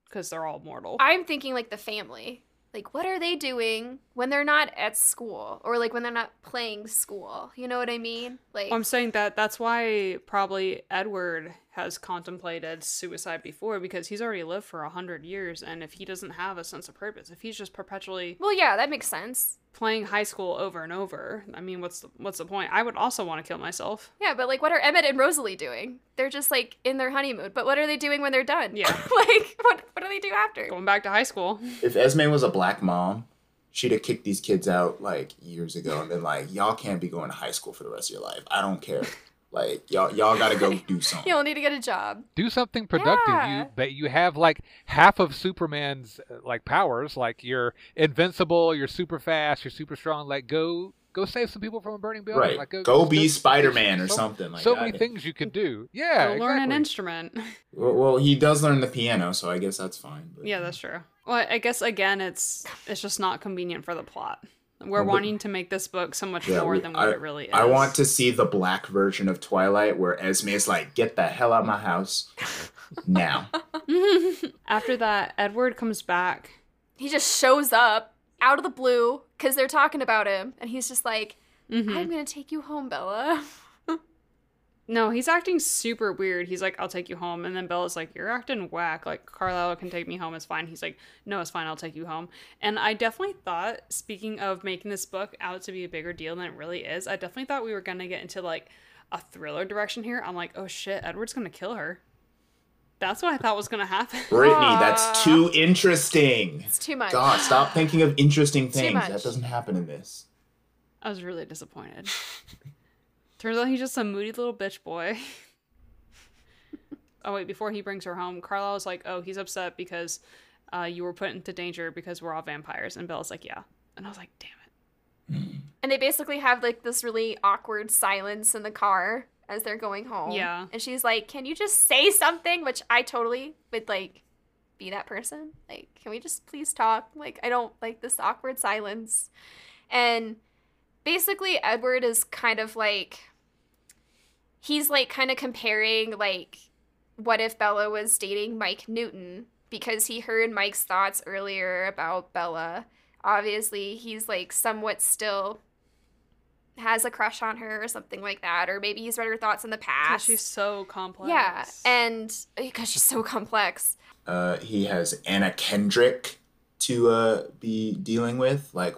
Speaker 1: because they're all mortal.
Speaker 2: I'm thinking like the family. Like, what are they doing when they're not at school or like when they're not playing school? You know what I mean? Like,
Speaker 1: Well, I'm saying that that's why probably Edward has contemplated suicide before because he's already lived for a hundred years, and if he doesn't have a sense of purpose, if he's just perpetually
Speaker 2: well, yeah, that makes sense.
Speaker 1: playing high school over and over, I mean, what's the, what's the point? I would also want to kill myself.
Speaker 2: Yeah, but like, what are Emmett and Rosalie doing? They're just like in their honeymoon. But what are they doing when they're done?
Speaker 1: Yeah.
Speaker 2: [LAUGHS] like, what what do they do after?
Speaker 1: Going back to high school,
Speaker 3: If Esme was a black mom, she'd have kicked these kids out like years ago and been like, y'all can't be going to high school for the rest of your life. I don't care. Like y'all y'all got to
Speaker 4: [LAUGHS]
Speaker 3: go do something.
Speaker 2: You'll need to get a job.
Speaker 4: do something productive.
Speaker 2: Yeah.
Speaker 4: You but you have like half of Superman's uh, like powers. Like you're invincible, you're super fast, you're super strong. Like go go save some people from a burning building.
Speaker 3: right.
Speaker 4: Like
Speaker 3: go,
Speaker 4: go
Speaker 3: be
Speaker 4: so-
Speaker 3: Spider Man or
Speaker 4: so-
Speaker 3: something like
Speaker 4: so
Speaker 3: that.
Speaker 4: many things you could do. Yeah,
Speaker 1: Go learn an
Speaker 4: exactly.
Speaker 1: instrument.
Speaker 3: Well, well, he does learn the piano, so I guess that's fine. But,
Speaker 1: yeah, that's true. Well, I guess again, it's it's just not convenient for the plot. We're
Speaker 3: Well, but-
Speaker 1: wanting to make this book so much
Speaker 3: Yeah,
Speaker 1: more
Speaker 3: we-
Speaker 1: than what it really is.
Speaker 3: I want to see the black version of Twilight where Esme is like, "Get the hell out of my house now."
Speaker 1: [LAUGHS] After that, Edward comes back
Speaker 2: He just shows up out of the blue because they're talking about him, and he's just like,
Speaker 1: Mm-hmm.
Speaker 2: "I'm gonna take you home, Bella." [LAUGHS]
Speaker 1: No, he's acting super weird. He's like, I'll take you home. And then Bella's like, You're acting whack. Like, Carlisle can take me home. It's fine. He's like, No, it's fine. I'll take you home. And I definitely thought, speaking of making this book out to be a bigger deal than it really is, I definitely thought we were going to get into like a thriller direction here. I'm like, Oh shit, Edward's going to kill her. That's what I thought was going to happen.
Speaker 3: Brittany, that's too interesting.
Speaker 2: It's too much.
Speaker 3: God, stop thinking of interesting things.
Speaker 2: much.
Speaker 3: That doesn't happen in this.
Speaker 1: I was really disappointed. [LAUGHS] Turns out he's just a moody little bitch boy. [LAUGHS] oh wait, before he brings her home, Carlisle's like, "Oh, he's upset because uh, you were put into danger because we're all vampires." And Bella's like, "Yeah," and I was like, "Damn it."
Speaker 2: And they basically have like this really awkward silence in the car as they're going home.
Speaker 1: Yeah.
Speaker 2: And she's like, Can you just say something? Which I totally would like be that person. Like, can we just please talk? Like, I don't like this awkward silence. And basically, Edward is kind of like, he's like kind of comparing, like, what if Bella was dating Mike Newton? Because he heard Mike's thoughts earlier about Bella obviously he's like somewhat still has a crush on her or something like that or maybe he's read her thoughts in the
Speaker 1: 'Cause
Speaker 2: past
Speaker 1: she's so complex.
Speaker 2: yeah and because she's so complex
Speaker 3: uh, he has Anna Kendrick to uh, be dealing with. Like,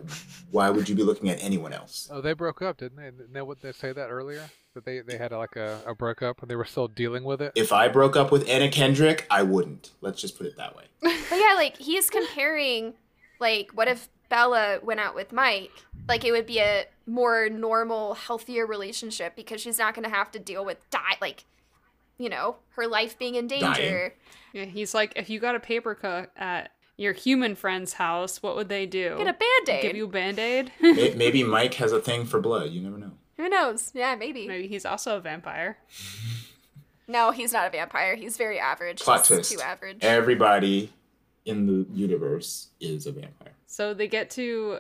Speaker 3: why would you be looking at anyone else?
Speaker 4: Oh, they broke up, didn't they? Didn't they, what, they say that earlier? That they, they had like a, a breakup and they were still dealing with it?
Speaker 3: If I broke up with Anna Kendrick, I wouldn't. Let's just put it that way.
Speaker 2: but yeah like he's comparing like what if bella went out with mike like it would be a more normal healthier relationship because she's not going to have to deal with die like you know her life being in danger
Speaker 1: Yeah, He's like, if you got a paper cut at your human friend's house, what would they do?
Speaker 2: get a band-aid
Speaker 1: Give you a band aid?
Speaker 3: [LAUGHS] May- Maybe Mike has a thing for blood. You never know.
Speaker 2: who knows yeah maybe.
Speaker 1: Maybe he's also a vampire.
Speaker 2: no he's not a vampire he's very average
Speaker 3: Plot
Speaker 2: he's
Speaker 3: twist.
Speaker 2: too average
Speaker 3: Everybody in the universe is a vampire.
Speaker 1: So they get to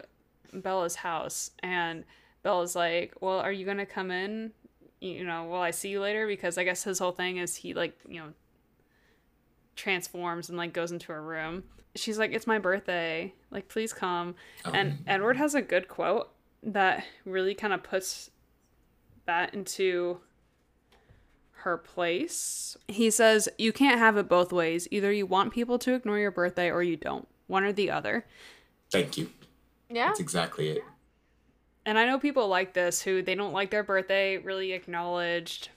Speaker 1: Bella's house, and Bella's like, "Well, are you gonna come in? You know, will I see you later?" Because I guess his whole thing is he like you know transforms and like goes into a room. She's like, "It's my birthday. Like, please come."
Speaker 3: Oh. Um,
Speaker 1: And Edward has a good quote that really kind of puts that into her place. He says, You can't have it both ways. Either you want people to ignore your birthday or you don't. One or the other.
Speaker 3: Thank you.
Speaker 2: yeah
Speaker 3: That's exactly it.
Speaker 1: And I know people like this who they don't like their birthday really acknowledged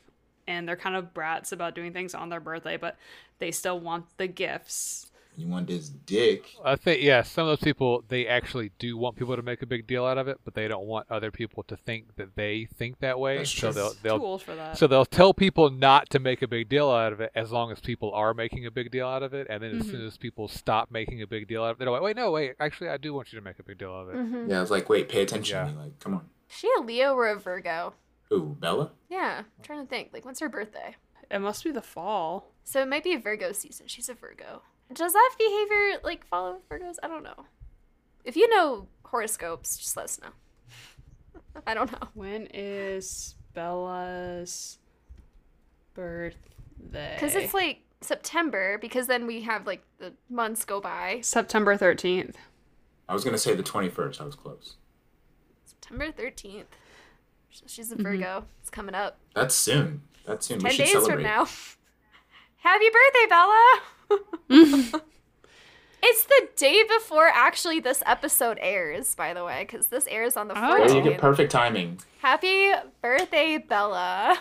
Speaker 1: and they're kind of brats about doing things on their birthday, but they still want the gifts.
Speaker 3: You want this dick?
Speaker 4: I think yeah, some of those people they actually do want people to make a big deal out of it, but they don't want other people to think that they think that way.
Speaker 3: That's true.
Speaker 4: so they'll they'll
Speaker 1: tools for that.
Speaker 4: so they'll tell people not to make a big deal out of it as long as people are making a big deal out of it, and then as
Speaker 2: Mm-hmm.
Speaker 1: Mhm.
Speaker 4: soon as people stop making a big deal out of it, they're like, wait, no, wait, actually, I do want you to make a big deal out of it.
Speaker 2: Mm-hmm.
Speaker 3: Yeah, I was like, wait, pay attention.
Speaker 4: Yeah.
Speaker 3: You're Like, come on.
Speaker 2: She a Leo or a Virgo?
Speaker 3: Ooh, Bella.
Speaker 2: Yeah, I'm trying to think. Like, when's her birthday?
Speaker 1: it must be the fall.
Speaker 2: So it might be a Virgo season. She's a Virgo. Does that behavior like follow Virgos? I don't know. If you know horoscopes, just let us know. I don't know. [LAUGHS]
Speaker 1: When is Bella's birthday?
Speaker 2: Because it's like September, because then we have like the months go by.
Speaker 1: September 13th.
Speaker 3: I was gonna say the 21st. I was close.
Speaker 2: September 13th. So she's a Virgo. It's coming up.
Speaker 3: That's soon. That's soon.
Speaker 2: 10
Speaker 3: Mm-hmm. we should
Speaker 2: days
Speaker 3: celebrate.
Speaker 2: from now. [LAUGHS] Happy birthday, Bella! [LAUGHS]
Speaker 3: Mm-hmm.
Speaker 2: it's the day before actually this episode airs, by the way, because this airs on the
Speaker 1: Oh.
Speaker 3: There you
Speaker 2: 14th.
Speaker 3: get perfect timing.
Speaker 2: Happy birthday, Bella.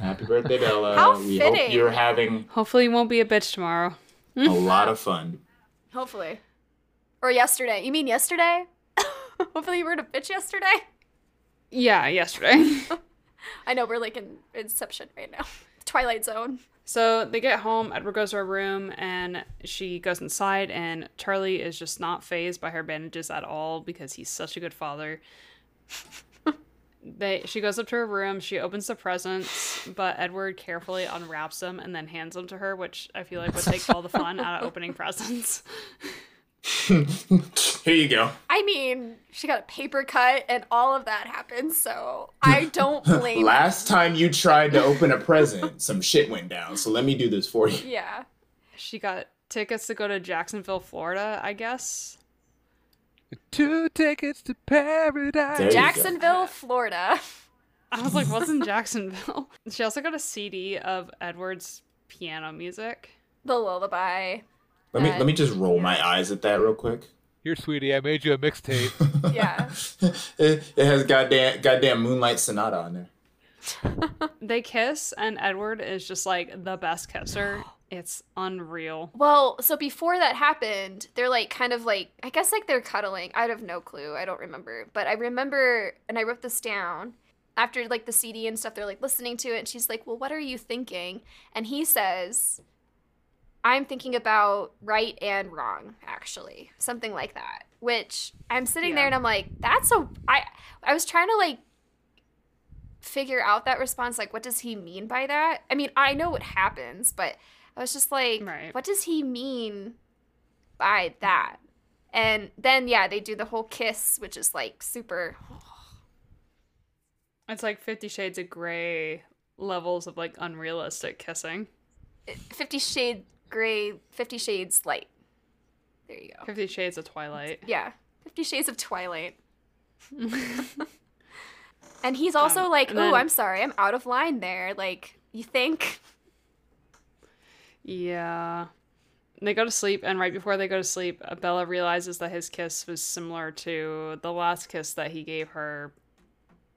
Speaker 3: Happy birthday, Bella.
Speaker 2: How
Speaker 3: we
Speaker 2: fitting.
Speaker 3: hope you're having
Speaker 1: Hopefully, you won't be a bitch tomorrow.
Speaker 2: [LAUGHS]
Speaker 3: a lot of fun. [LAUGHS]
Speaker 2: Hopefully. Or yesterday. You mean yesterday? [LAUGHS] Hopefully you were a bitch yesterday.
Speaker 1: Yeah, yesterday. [LAUGHS]
Speaker 2: I know we're like in Inception right now. [LAUGHS] Twilight Zone.
Speaker 1: so they get home, Edward goes to her room, and she goes inside, and Charlie is just not phased by her bandages at all because he's such a good father. [LAUGHS] they she goes up to her room, she opens the presents, but Edward carefully unwraps them and then hands them to her, which I feel like would take all the fun out of opening presents. [LAUGHS]
Speaker 3: Here you go.
Speaker 2: I mean, she got a paper cut and all of that happened, so
Speaker 3: [LAUGHS]
Speaker 2: I don't blame
Speaker 3: Last time you tried to open a present, some shit went down. So let me do this for you.
Speaker 2: Yeah.
Speaker 1: She got tickets to go to Jacksonville, Florida, I guess.
Speaker 4: Two tickets to paradise.
Speaker 3: There you go.
Speaker 2: Jacksonville, Florida.
Speaker 1: I was like, what's in Jacksonville? She also got a CD of Edward's piano music.
Speaker 2: The lullaby.
Speaker 3: Let me
Speaker 2: Uh,
Speaker 3: let me just roll my eyes at that real quick.
Speaker 4: Here, sweetie, I made you a mixtape.
Speaker 3: [LAUGHS]
Speaker 2: Yeah.
Speaker 3: it, it has goddamn goddamn Moonlight Sonata on there.
Speaker 1: They kiss, and Edward is just like the best kisser. It's unreal.
Speaker 2: Well, so before that happened, they're like kind of like I guess like they're cuddling. I have no clue. I don't remember. But I remember and I wrote this down. After like the CD and stuff, they're like listening to it and she's like, "Well, what are you thinking?" And he says, "I'm thinking about right and wrong, actually." Something like that. Which I'm sitting there
Speaker 1: Yeah.
Speaker 2: and I'm like, "That's a I I was trying to like figure out that response like what does he mean by that i mean i know what happens but i was just like
Speaker 1: Right.
Speaker 2: what does he mean by that and then yeah they do the whole kiss which is like super
Speaker 1: It's like Fifty Shades of Grey levels of like unrealistic kissing.
Speaker 2: 50 shade gray 50 shades light there you go
Speaker 1: Fifty Shades of Twilight.
Speaker 2: yeah 50 shades
Speaker 1: [LAUGHS]
Speaker 2: of twilight and he's also
Speaker 1: Um,
Speaker 2: like
Speaker 1: and
Speaker 2: oh
Speaker 1: then-
Speaker 2: i'm sorry i'm out of line there like you think
Speaker 1: Yeah. They go to sleep, and right before they go to sleep, Bella realizes that his kiss was similar to the last kiss that he gave her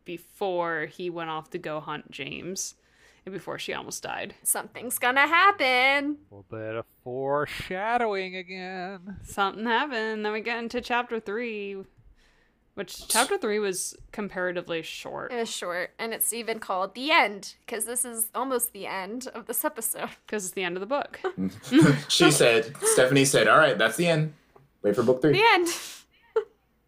Speaker 1: before he went off to go hunt James and before she almost died.
Speaker 2: something's gonna happen
Speaker 4: a little bit of foreshadowing again.
Speaker 1: Something happened. Then we get into chapter three, which chapter three was comparatively short
Speaker 2: It was short, and it's even called The End, because this is almost the end of this episode.
Speaker 1: because it's the end of the book. [LAUGHS]
Speaker 3: [LAUGHS] she said. Stephanie said, "All right, that's the end. Wait for book
Speaker 2: The
Speaker 3: three.
Speaker 2: end! [LAUGHS]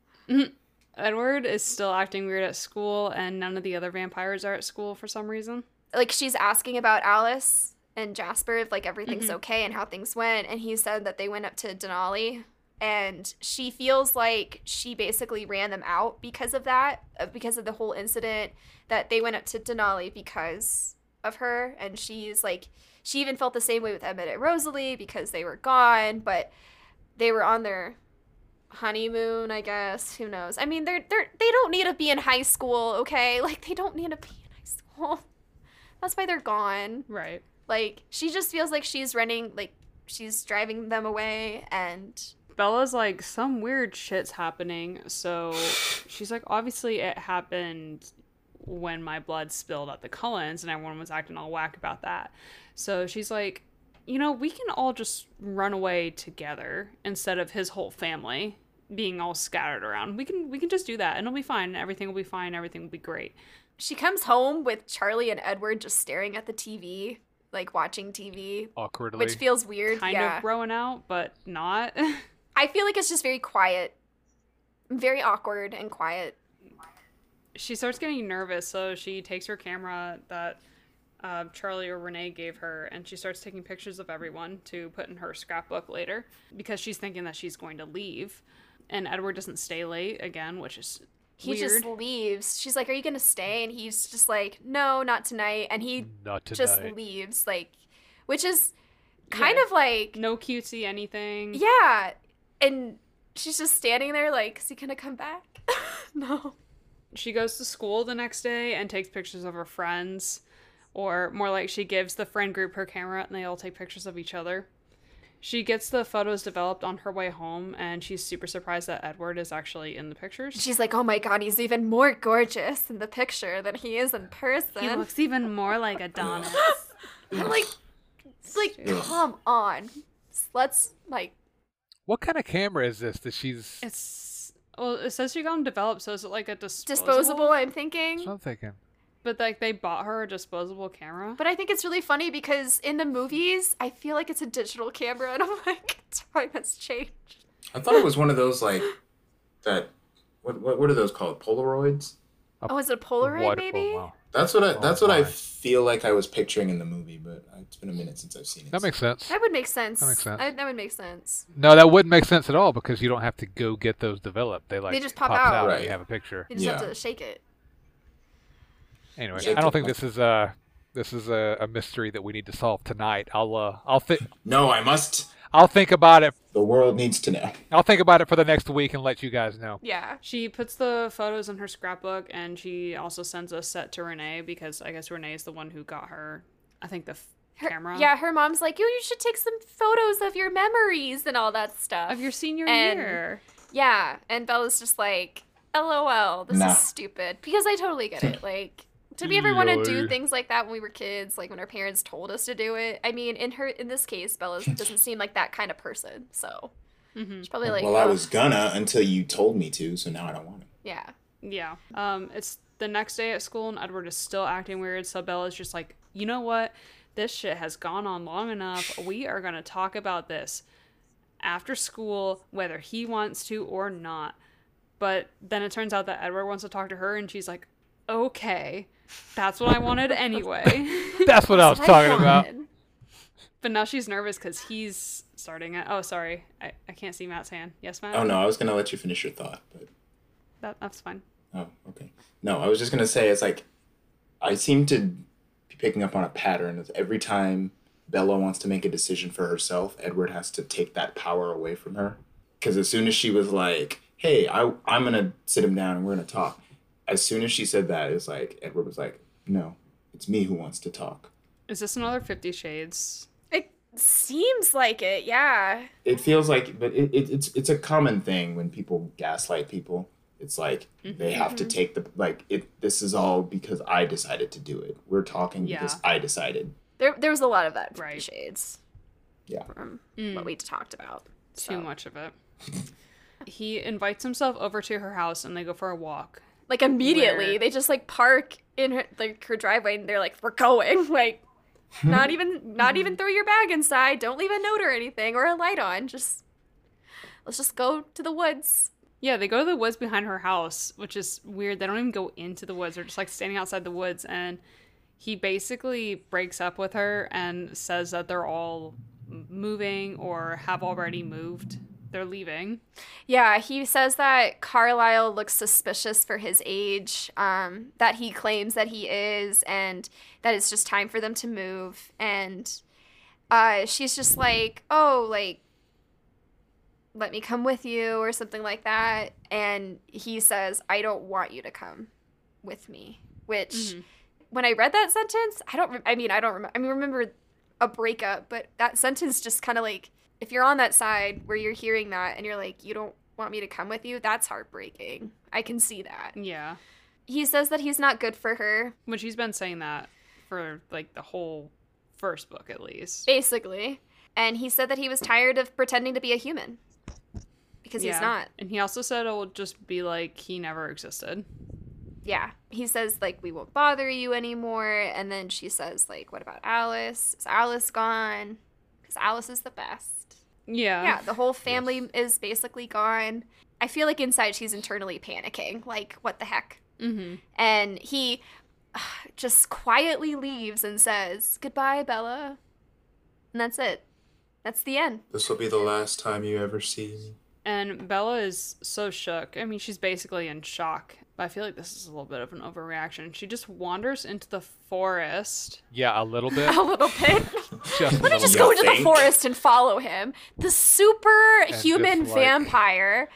Speaker 1: Edward is still acting weird at school, and none of the other vampires are at school for some reason.
Speaker 2: Like, she's asking about Alice and Jasper if, like, everything's okay and how things went, and he said that they went up to Denali, and she feels like she basically ran them out because of that, uh, because of the whole incident, that they went up to Denali because of her, and she's like, she even felt the same way with Emmett and Rosalie because they were gone, but they were on their honeymoon, I guess. Who knows? I mean, they're they're they don't need to be in high school, okay? [LAUGHS] Like they don't need to be in high school. That's why they're gone.
Speaker 1: Right.
Speaker 2: Like she just feels like she's running like she's driving them away and
Speaker 1: Bella's like, some weird shit's happening. So she's like, obviously it happened when my blood spilled at the Cullens and everyone was acting all whack about that. So she's like, you know, we can all just run away together instead of his whole family being all scattered around. We can we can just do that and it'll be fine. Everything will be fine. Everything will be great.
Speaker 2: she comes home with Charlie and Edward just staring at the TV, like watching TV,
Speaker 4: awkwardly.
Speaker 2: which feels weird.
Speaker 1: Kind
Speaker 2: yeah.
Speaker 1: of growing out, but not. [LAUGHS]
Speaker 2: I feel like it's just very quiet, very awkward and quiet.
Speaker 1: she starts getting nervous, so she takes her camera that uh, Charlie or Renee gave her, and she starts taking pictures of everyone to put in her scrapbook later because she's thinking that she's going to leave. And Edward doesn't stay late again, which is
Speaker 2: He
Speaker 1: weird.
Speaker 2: just leaves. She's like, "Are you gonna stay?" And he's just like, "No, not tonight." And he
Speaker 4: Not Mm, tonight.
Speaker 2: just leaves, like, which is kind
Speaker 1: Yeah.
Speaker 2: of like,
Speaker 1: no cutesy anything.
Speaker 2: Mm-hmm. yeah. And she's just standing there, like, "Is he gonna come back?" [LAUGHS] no.
Speaker 1: She goes to school the next day and takes pictures of her friends, or more like she gives the friend group her camera and they all take pictures of each other. She gets the photos developed on her way home, and she's super surprised that Edward is actually in the pictures.
Speaker 2: She's like, "Oh my god, he's even more gorgeous in the picture than he is in person."
Speaker 1: He looks even more like Adonis.
Speaker 2: I'm like, it's like,
Speaker 3: Ugh.
Speaker 2: come on. Let's like,
Speaker 4: What kind of camera is this that she's?
Speaker 1: it's well, it says she got them developed, so is it like a disposable?
Speaker 2: disposable. I'm
Speaker 4: that's
Speaker 2: thinking,
Speaker 4: what I'm thinking.
Speaker 1: But like they bought her a disposable camera.
Speaker 2: but I think it's really funny because in the movies, I feel like it's a digital camera, [LAUGHS] and I'm like, time has changed.
Speaker 3: I thought it was one of those like that. What what, what are those called? Polaroids.
Speaker 2: Oh, is it a Polaroid
Speaker 4: What- oh,
Speaker 2: maybe?
Speaker 4: wow.
Speaker 3: That's what I.
Speaker 4: Oh,
Speaker 3: that's what I
Speaker 4: my.
Speaker 3: feel like I was picturing in the movie, but it's been a minute since I've seen it.
Speaker 4: That makes sense.
Speaker 2: That would make sense.
Speaker 4: That makes sense.
Speaker 2: I, that would make sense.
Speaker 4: No, that wouldn't make sense at all because you don't have to go get those developed. They like
Speaker 2: just pop
Speaker 4: pops
Speaker 2: out.
Speaker 4: out and
Speaker 3: Right.
Speaker 4: you have a picture.
Speaker 2: You just have
Speaker 3: Yeah.
Speaker 2: to shake it.
Speaker 4: Anyway,
Speaker 3: Yeah.
Speaker 4: I don't think this is a this is a, a mystery that we need to solve tonight. I'll uh, I'll think
Speaker 3: no, I must.
Speaker 4: I'll think about it.
Speaker 3: The world needs to know.
Speaker 4: I'll think about it for the next week and let you guys know.
Speaker 2: Yeah.
Speaker 1: She puts the photos in her scrapbook, and she also sends a set to Renee because I guess Renee is the one who got her. I think the f-
Speaker 2: Her,
Speaker 1: camera.
Speaker 2: Yeah, her mom's like, you, you should take some photos of your memories and all that stuff.
Speaker 1: Of your senior
Speaker 2: And-
Speaker 1: year.
Speaker 2: Yeah, and Bella's just like, LOL, this
Speaker 3: Nah.
Speaker 2: is stupid. Because I totally get it. Like, did we ever want to do
Speaker 4: Lol.
Speaker 2: things like that when we were kids? Like when our parents told us to do it. I mean, in her in this case,
Speaker 3: [LAUGHS]
Speaker 2: Bella doesn't seem like that kind of person. So
Speaker 1: Mm-hmm.
Speaker 2: she's probably like,
Speaker 3: well, I
Speaker 2: "Ugh,
Speaker 3: was gonna until you told me to, so now I don't want to.
Speaker 2: yeah,
Speaker 1: Yeah. Um, it's the next day at school, and Edward is still acting weird. So Bella's just like, you know what? This shit has gone on long enough. We are going to talk about this after school, whether he wants to or not. But then it turns out that Edward wants to talk to her, and she's like, okay, that's what I wanted
Speaker 3: [LAUGHS]
Speaker 1: anyway.
Speaker 4: That's what I was
Speaker 2: I
Speaker 4: talking about.
Speaker 2: wanted."
Speaker 1: but now she's nervous because he's starting it. Oh, sorry. I, I can't see Matt's hand. Yes, Matt?
Speaker 3: Oh no, I was gonna let you finish your thought, but
Speaker 1: That, that's fine.
Speaker 3: oh, okay. No, I was just gonna say it's like I seem to be picking up on a pattern of every time Bella wants to make a decision for herself, Edward has to take that power away from her. Because as soon as she was like, "Hey, I I'm gonna sit him down and we're gonna talk," as soon as she said that, it's like Edward was like, "No, it's me who wants to talk."
Speaker 1: Is this another Fifty Shades?
Speaker 2: It seems like it. Yeah,
Speaker 3: it feels like but it, it, it's it's a common thing when people gaslight people it's like
Speaker 1: Mm-hmm.
Speaker 3: they have
Speaker 2: Mm-hmm.
Speaker 3: to take the like it this is all because i decided to do it we're talking because i decided
Speaker 2: there there was a lot of that. in Fifty
Speaker 1: Right.
Speaker 2: Shades.
Speaker 3: Yeah.
Speaker 2: From
Speaker 1: Mm.
Speaker 2: what we talked about.
Speaker 1: Too
Speaker 2: So-
Speaker 1: much of it. [LAUGHS] he invites himself over to her house and they go for a walk.
Speaker 2: Like immediately,
Speaker 1: Where-
Speaker 2: they just like park in her like her driveway, and they're like, "We're going." [LAUGHS] Like, not even not even throw your bag inside. Don't leave a note or anything or a light on. Just let's just go to the woods.
Speaker 1: Yeah, they go to the woods behind her house, which is weird. They don't even go into the woods. They're just like standing outside the woods and he basically breaks up with her and says that they're all m- moving or have already moved. They're leaving.
Speaker 2: Yeah, he says that Carlisle looks suspicious for his age, um, that he claims that he is, and that it's just time for them to move. And uh, she's just like, oh, like, let me come with you, or something like that. And he says, I don't want you to come with me. Which,
Speaker 1: Mhm.
Speaker 2: when I read that sentence, I don't, rem I mean, I don't remember, I mean, remember a breakup, but that sentence just kind of like if you're on that side where you're hearing that and you're like, you don't want me to come with you, that's heartbreaking. I can see that.
Speaker 1: Yeah.
Speaker 2: He says that he's not good for her,
Speaker 1: When she's been saying that for like the whole first book at least.
Speaker 2: basically, and he said that he was tired of pretending to be a human because
Speaker 1: Yeah.
Speaker 2: he's not.
Speaker 1: And he also said it'll just be like he never existed.
Speaker 2: yeah he says like we won't bother you anymore and then she says like what about alice is alice gone because alice is the best
Speaker 1: Yeah.
Speaker 2: yeah the whole family is basically gone i feel like inside she's internally panicking like what the heck
Speaker 1: Mm-hmm.
Speaker 2: and he [SIGHS] just quietly leaves and says goodbye bella and that's it that's the end [LAUGHS]
Speaker 3: This will be the last time you ever see me.
Speaker 1: And Bella is so shook. I mean, she's basically in shock. But I feel like this is a little bit of an overreaction. She just wanders into the forest.
Speaker 4: Yeah, a little bit.
Speaker 2: a little
Speaker 4: [LAUGHS]
Speaker 2: bit
Speaker 4: just a
Speaker 2: Oh, Let me
Speaker 4: little
Speaker 2: just
Speaker 4: bit.
Speaker 2: go
Speaker 3: You
Speaker 2: into the
Speaker 3: think?
Speaker 2: forest and follow him. The
Speaker 4: just,
Speaker 2: superhuman
Speaker 4: like-
Speaker 2: vampire.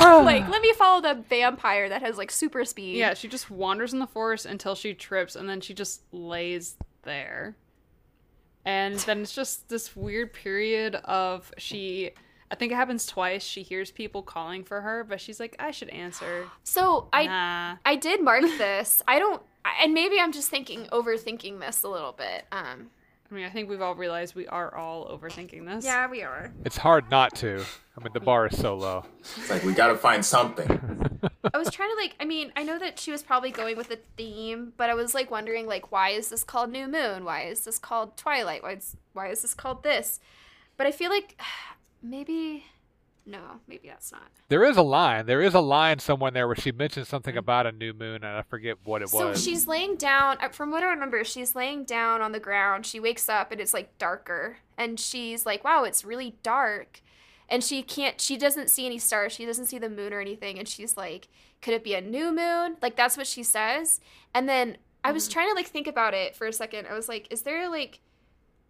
Speaker 2: like, let me follow the vampire that has like super speed.
Speaker 1: Yeah, she just wanders in the forest until she trips and then she just lays there. And then it's just this weird period of she I think it happens twice. She hears people calling for her, but she's like, I should answer.
Speaker 2: So I
Speaker 1: nah.
Speaker 2: I did mark this. I don't I- and maybe I'm just thinking overthinking this a little bit. Um
Speaker 1: I mean, I think we've all realized we are all overthinking this.
Speaker 2: we are.
Speaker 4: It's hard not to. I mean, the bar is so low.
Speaker 3: It's like we gotta find something.
Speaker 2: I was trying to like I mean, I know that she was probably going with a theme, but I was like wondering like why is this called new moon? Why is this called twilight? Why is why is this called this? But I feel like [SIGHS] maybe no, maybe that's not.
Speaker 4: There is a line. There is a line somewhere in there where she mentions something about a new moon, and I forget what it
Speaker 2: Mm-hmm. So
Speaker 4: was.
Speaker 2: she's laying down. uh, From what I remember, she's laying down on the ground. She wakes up and it's like darker, and she's like, "Wow, it's really dark," and she can't. She doesn't see any stars. She doesn't see the moon or anything, and she's like, "Could it be a new moon?" Like that's what she says. And then I
Speaker 4: Mm-hmm.
Speaker 2: was trying to like think about it for a second. I was like, "Is there like?"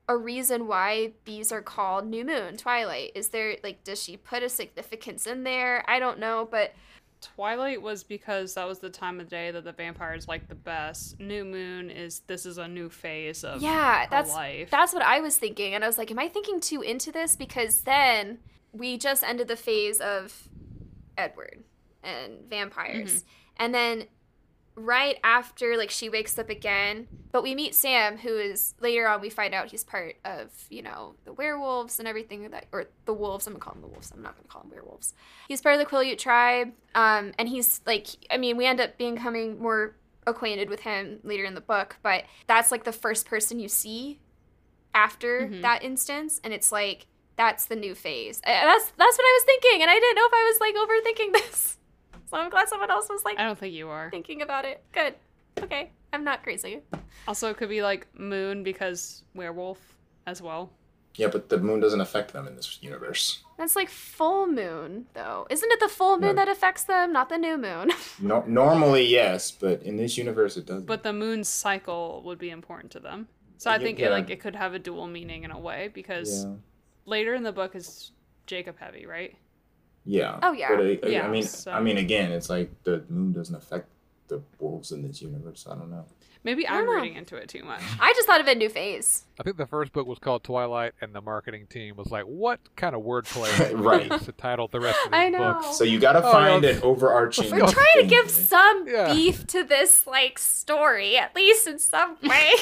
Speaker 2: A reason why these are called new moon, twilight. Is there like, does she put a significance in there? I don't know, but
Speaker 1: Twilight was because that was the time of day that the vampires liked the best. New Moon is this is a new phase of
Speaker 2: yeah,
Speaker 1: her
Speaker 2: that's
Speaker 1: life.
Speaker 2: That's what I was thinking. And I was like, am I thinking too into this? Because then we just ended the phase of Edward and vampires. And then right after, like, she wakes up again, but we meet Sam, who is later on, we find out he's part of, you know, the werewolves and everything that, or the wolves. I'm going to call them the wolves. I'm not going to call them werewolves. He's part of the Quileute tribe. Um, and he's like, I mean, we end up becoming more acquainted with him later in the book, but that's like the first person you see after
Speaker 1: Mhm.
Speaker 2: that instance and it's like that's the new phase. Uh, That's that's what I was thinking and I didn't know if I was like overthinking [LAUGHS] this. So I'm glad someone else was like
Speaker 1: I don't think you are.
Speaker 2: thinking about it. Good. Okay. I'm not crazy.
Speaker 1: Also, it could be like Moon because werewolf as well.
Speaker 3: Yeah, but the moon doesn't affect them in this universe.
Speaker 2: That's like full moon though. Isn't it the full moon
Speaker 3: No.
Speaker 2: that affects them, not the new moon? [LAUGHS]
Speaker 3: No- normally, yes, but in this universe, it doesn't.
Speaker 1: But the moon cycle would be important to them. So I
Speaker 3: Yeah,
Speaker 1: think
Speaker 3: yeah.
Speaker 1: it, like it could have a dual meaning in a way because
Speaker 3: yeah,
Speaker 1: later in the book is Jacob heavy, right?
Speaker 3: yeah.
Speaker 2: Oh, yeah.
Speaker 3: But I, I,
Speaker 1: Yeah,
Speaker 3: I mean,
Speaker 1: so-
Speaker 3: I mean, again, it's like the moon doesn't affect the wolves in this universe. I don't know.
Speaker 1: Maybe
Speaker 2: I
Speaker 1: I'm
Speaker 2: don't know.
Speaker 1: reading into it too much.
Speaker 2: I just thought of a new phase.
Speaker 4: I think the first book was called Twilight, and the marketing team was like, "What kind
Speaker 3: [LAUGHS]
Speaker 4: of wordplay
Speaker 3: Right.
Speaker 4: is to title the rest of these
Speaker 2: I know.
Speaker 4: books?"
Speaker 3: So you gotta
Speaker 4: Oh,
Speaker 3: find
Speaker 4: yeah.
Speaker 3: an overarching.
Speaker 2: We're trying to
Speaker 3: thing
Speaker 2: give
Speaker 3: here.
Speaker 2: some
Speaker 4: Yeah.
Speaker 2: beef to this like story, at least in some way.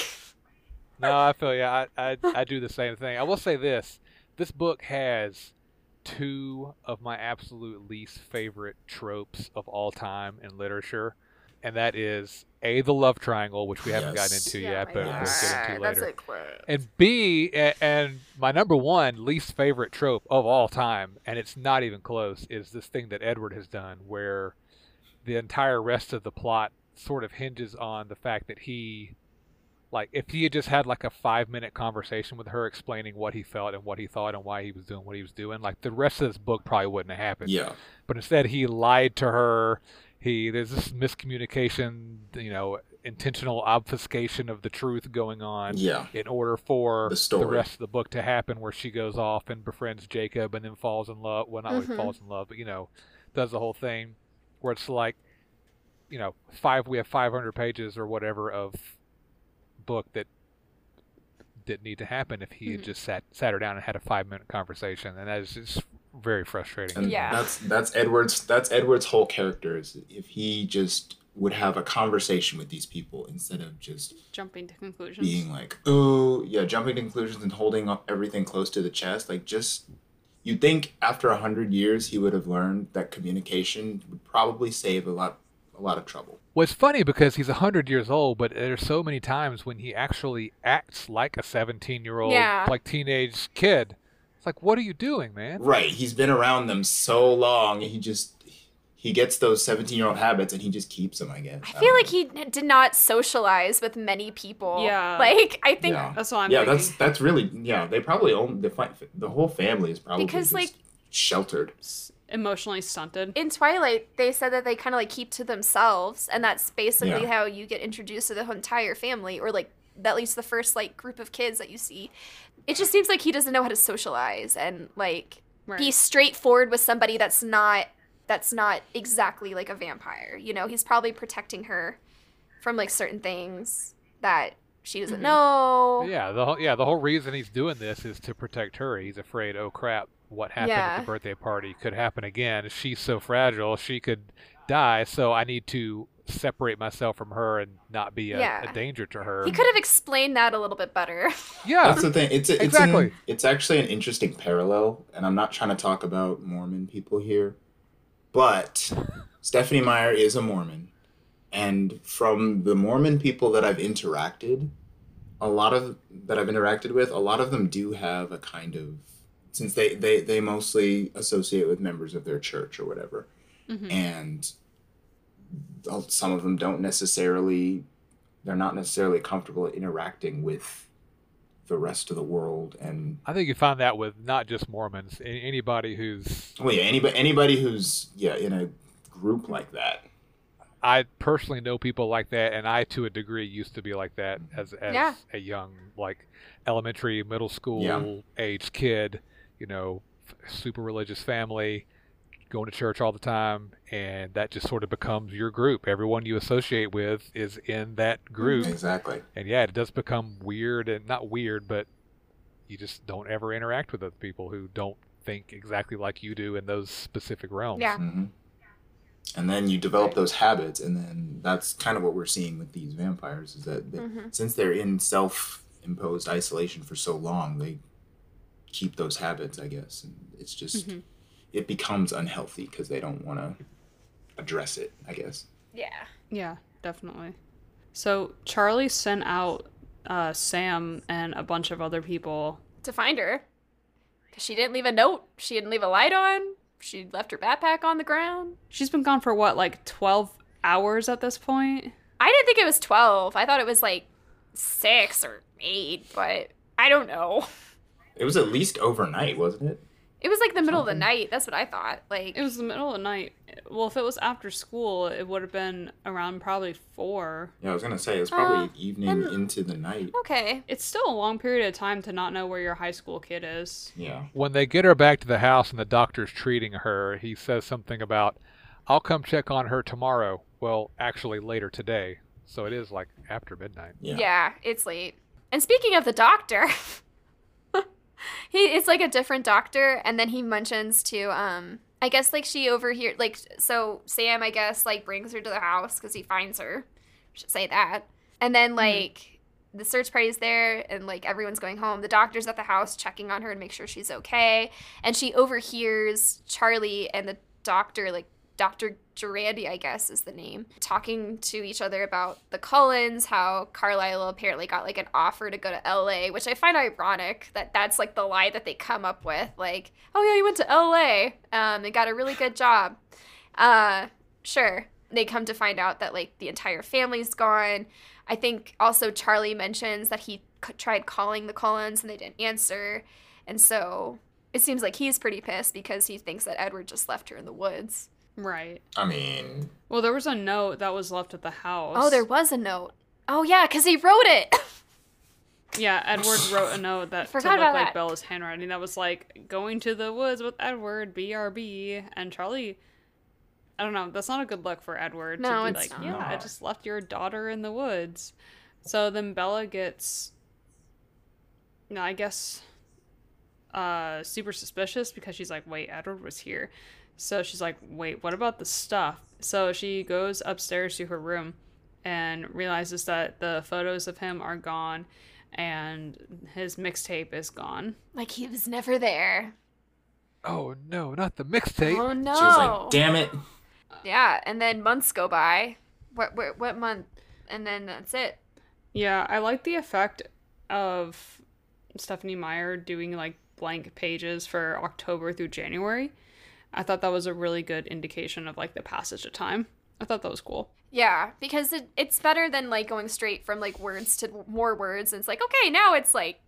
Speaker 4: No, I feel you. I, I I do the same thing. I will say this: this book has two of my absolute least favorite tropes of all time in literature, and that is a the love triangle, which we haven't gotten
Speaker 3: Yes.
Speaker 4: into
Speaker 2: Yeah,
Speaker 4: yet,
Speaker 2: my
Speaker 4: but we'll get
Speaker 2: God,
Speaker 4: into
Speaker 2: that's
Speaker 4: later.
Speaker 2: a quote.
Speaker 4: And B, a- and my number one least favorite trope of all time, and it's not even close, is this thing that Edward has done where the entire rest of the plot sort of hinges on the fact that he, like, if he had just had like a five minute conversation with her explaining what he felt and what he thought and why he was doing what he was doing, like, the rest of this book probably wouldn't have happened
Speaker 3: Yeah.
Speaker 4: but instead he lied to her. He there's this miscommunication, you know, intentional obfuscation of the truth going on
Speaker 3: Yeah.
Speaker 4: in order for
Speaker 3: The story.
Speaker 4: rest of the book to happen, where she goes off and befriends Jacob and then falls in love. Well, not really
Speaker 2: Mhm.
Speaker 4: falls in love, but you know, does the whole thing where it's like, you know, five we have 500 pages or whatever of book that didn't need to happen if he had
Speaker 1: Mhm.
Speaker 4: just sat sat her down and had a five minute conversation, and that is just very frustrating.
Speaker 3: And
Speaker 2: Yeah.
Speaker 3: that's that's Edward's that's Edward's whole character is if he just would have a conversation with these people instead of just
Speaker 1: Jumping to conclusions.
Speaker 3: being like, oh yeah, jumping to conclusions and holding up everything close to the chest. Like just you'd think after a hundred years he would have learned that communication would probably save a lot a lot of trouble.
Speaker 4: Well, it's funny because he's hundred years old, but there's so many times when he actually acts like a seventeen year old,
Speaker 2: Yeah.
Speaker 4: like teenage kid. It's like, what are you doing, man?
Speaker 3: Right. He's been around them so long he just he gets those seventeen year old habits and he just keeps them, I guess.
Speaker 2: I
Speaker 3: don't
Speaker 2: feel like
Speaker 3: know.
Speaker 2: he did not socialize with many people.
Speaker 1: Yeah.
Speaker 2: Like I think
Speaker 3: Yeah.
Speaker 1: That's what I'm
Speaker 3: yeah,
Speaker 1: thinking.
Speaker 3: that's that's really yeah. They probably own the fi- the whole family is probably
Speaker 2: Because,
Speaker 3: just
Speaker 2: like-
Speaker 3: sheltered.
Speaker 1: S- emotionally stunted.
Speaker 2: in Twilight they said that they kind of like keep to themselves, and that's basically
Speaker 3: Yeah.
Speaker 2: how you get introduced to the entire family, or like at least the first like group of kids that you see. It just seems like he doesn't know how to socialize and like
Speaker 1: right.
Speaker 2: be straightforward with somebody that's not that's not exactly like a vampire. You know, he's probably protecting her from like certain things that she doesn't
Speaker 1: Mhm.
Speaker 2: know.
Speaker 4: Yeah, the whole, yeah the whole reason he's doing this is to protect her. He's afraid, oh crap, what happened at
Speaker 2: Yeah.
Speaker 4: the birthday party could happen again. She's so fragile, she could die. So I need to separate myself from her and not be a,
Speaker 2: Yeah.
Speaker 4: a danger to her.
Speaker 2: He could have explained that a little bit better. [LAUGHS]
Speaker 4: yeah,
Speaker 3: That's the thing. It's a, it's
Speaker 4: Exactly.
Speaker 3: an- it's actually an interesting parallel, and I'm not trying to talk about Mormon people here, but Stephanie Meyer is a Mormon, and from the Mormon people that I've interacted, a lot of that I've interacted with, a lot of them do have a kind of since they they they mostly associate with members of their church or whatever.
Speaker 1: Mhm.
Speaker 3: and th- some of them don't necessarily they're not necessarily comfortable interacting with the rest of the world and
Speaker 4: I think you find that with not just Mormons, a- anybody who's
Speaker 3: well yeah anybody anybody who's yeah in a group like that
Speaker 4: I personally know people like that, and I to a degree used to be like that as as
Speaker 2: Yeah.
Speaker 4: a young like elementary, middle school age kid. You know, f- super religious family, going to church all the time, and that just sort of becomes your group. Everyone you associate with is in that group,
Speaker 3: exactly
Speaker 2: Mm-hmm.
Speaker 4: and yeah, it does become weird and not weird, but you just don't ever interact with other people who don't think exactly like you do in those specific realms.
Speaker 2: Yeah.
Speaker 3: hmm and then you develop those habits and then that's kind of what we're seeing with these vampires is that they,
Speaker 2: Mhm.
Speaker 3: since they're in self-imposed isolation for so long they keep those habits i guess and it's just
Speaker 2: Mm-hmm.
Speaker 1: Mhm.
Speaker 3: it becomes unhealthy because they don't want to address it i guess
Speaker 2: [LAUGHS] Yeah.
Speaker 1: Yeah, definitely. So Charlie sent out uh, Sam and a bunch of other people.
Speaker 2: To find her. Because she didn't leave a note. She didn't leave a light on. She left her backpack on the ground.
Speaker 1: She's been gone for what, like 12 hours at this point?
Speaker 2: I didn't think it was 12. I thought it was like six or eight, but I don't know. [LAUGHS]
Speaker 3: it was at least overnight wasn't it
Speaker 2: It was like the middle of the
Speaker 3: Something.
Speaker 2: night. That's what I thought. Like,
Speaker 1: It was the middle of the night. Well, if it was after school, it would have been around probably four.
Speaker 3: yeah i was gonna say it was probably
Speaker 2: Uh,
Speaker 3: evening
Speaker 2: and-
Speaker 3: into the night
Speaker 2: okay.
Speaker 1: It's still a long period of time to not know where your high school kid is.
Speaker 3: yeah
Speaker 4: when they get her back to the house and the doctor's treating her, he says something about, I'll come check on her tomorrow. Well, actually, later today. So it is like after midnight.
Speaker 3: yeah,
Speaker 2: Yeah, it's late. And speaking of the doctor, [LAUGHS] he it's like a different doctor, and then he mentions to um I guess like she overhear like so Sam I guess like brings her to the house because he finds her. Should say that. And then like the search party's there and like everyone's going home. The doctor's at the house checking on her and make sure she's okay. And she overhears Charlie and the doctor like Dr. Durandi, I guess is the name, talking to each other about the Cullens, how Carlisle apparently got like an offer to go to LA, which I find ironic that that's like the lie that they come up with. Like, oh yeah, he went to LA um, and got a really good job. Uh, sure. They come to find out that like the entire family's gone. I think also Charlie mentions that he c- tried calling the Cullens and they didn't answer. And so it seems like he's pretty pissed because he thinks that Edward just left her in the woods.
Speaker 1: Right.
Speaker 3: i mean
Speaker 1: Well, there was a note that was left at the house.
Speaker 2: Oh, there was a note. Oh yeah, because he wrote it. [LAUGHS]
Speaker 1: Yeah, Edward wrote a note that to look
Speaker 2: Forgot about
Speaker 1: like
Speaker 2: that.
Speaker 1: Bella's handwriting that was like going to the woods with Edward, BRB, and Charlie. I don't know. That's not a good look for Edward
Speaker 2: No,
Speaker 1: to be
Speaker 2: it's
Speaker 1: like, yeah, I
Speaker 3: not.
Speaker 1: just left your daughter in the woods. So then Bella gets no, I guess uh super suspicious because she's like, "Wait, Edward was here." So she's like, "Wait, what about the stuff?" So she goes upstairs to her room and realizes that the photos of him are gone and his mixtape is gone.
Speaker 2: Like he was never there.
Speaker 4: Oh no, not the mixtape.
Speaker 2: Oh no.
Speaker 3: She was like, damn it.
Speaker 2: yeah, and then months go by. What, what what month? And then that's it.
Speaker 1: Yeah, I like the effect of Stephanie Meyer doing like blank pages for October through January. I thought that was a really good indication of like the passage of time. I thought that was cool.
Speaker 2: Yeah, because it, it's better than like going straight from like words to w- more words. And it's like, okay, now it's like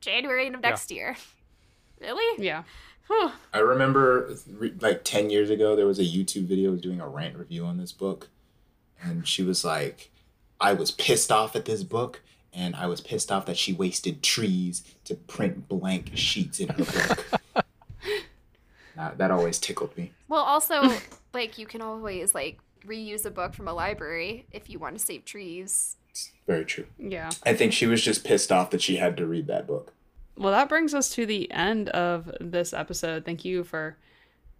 Speaker 2: January of next year. [LAUGHS] really?
Speaker 1: Yeah.
Speaker 2: Whew.
Speaker 3: I remember re- like 10 years ago, there was a YouTube video doing a rant review on this book. And she was like, I was pissed off at this book. And I was pissed off that she wasted trees to print blank sheets in her book. that, that always tickled me.
Speaker 2: Well, also,
Speaker 3: [LAUGHS]
Speaker 2: like you can always like reuse a book from a library if you want to save trees.
Speaker 3: Very true.
Speaker 1: Yeah.
Speaker 3: I think she was just pissed off that she had to read that book.
Speaker 1: Well, that brings us to the end of this episode. Thank you for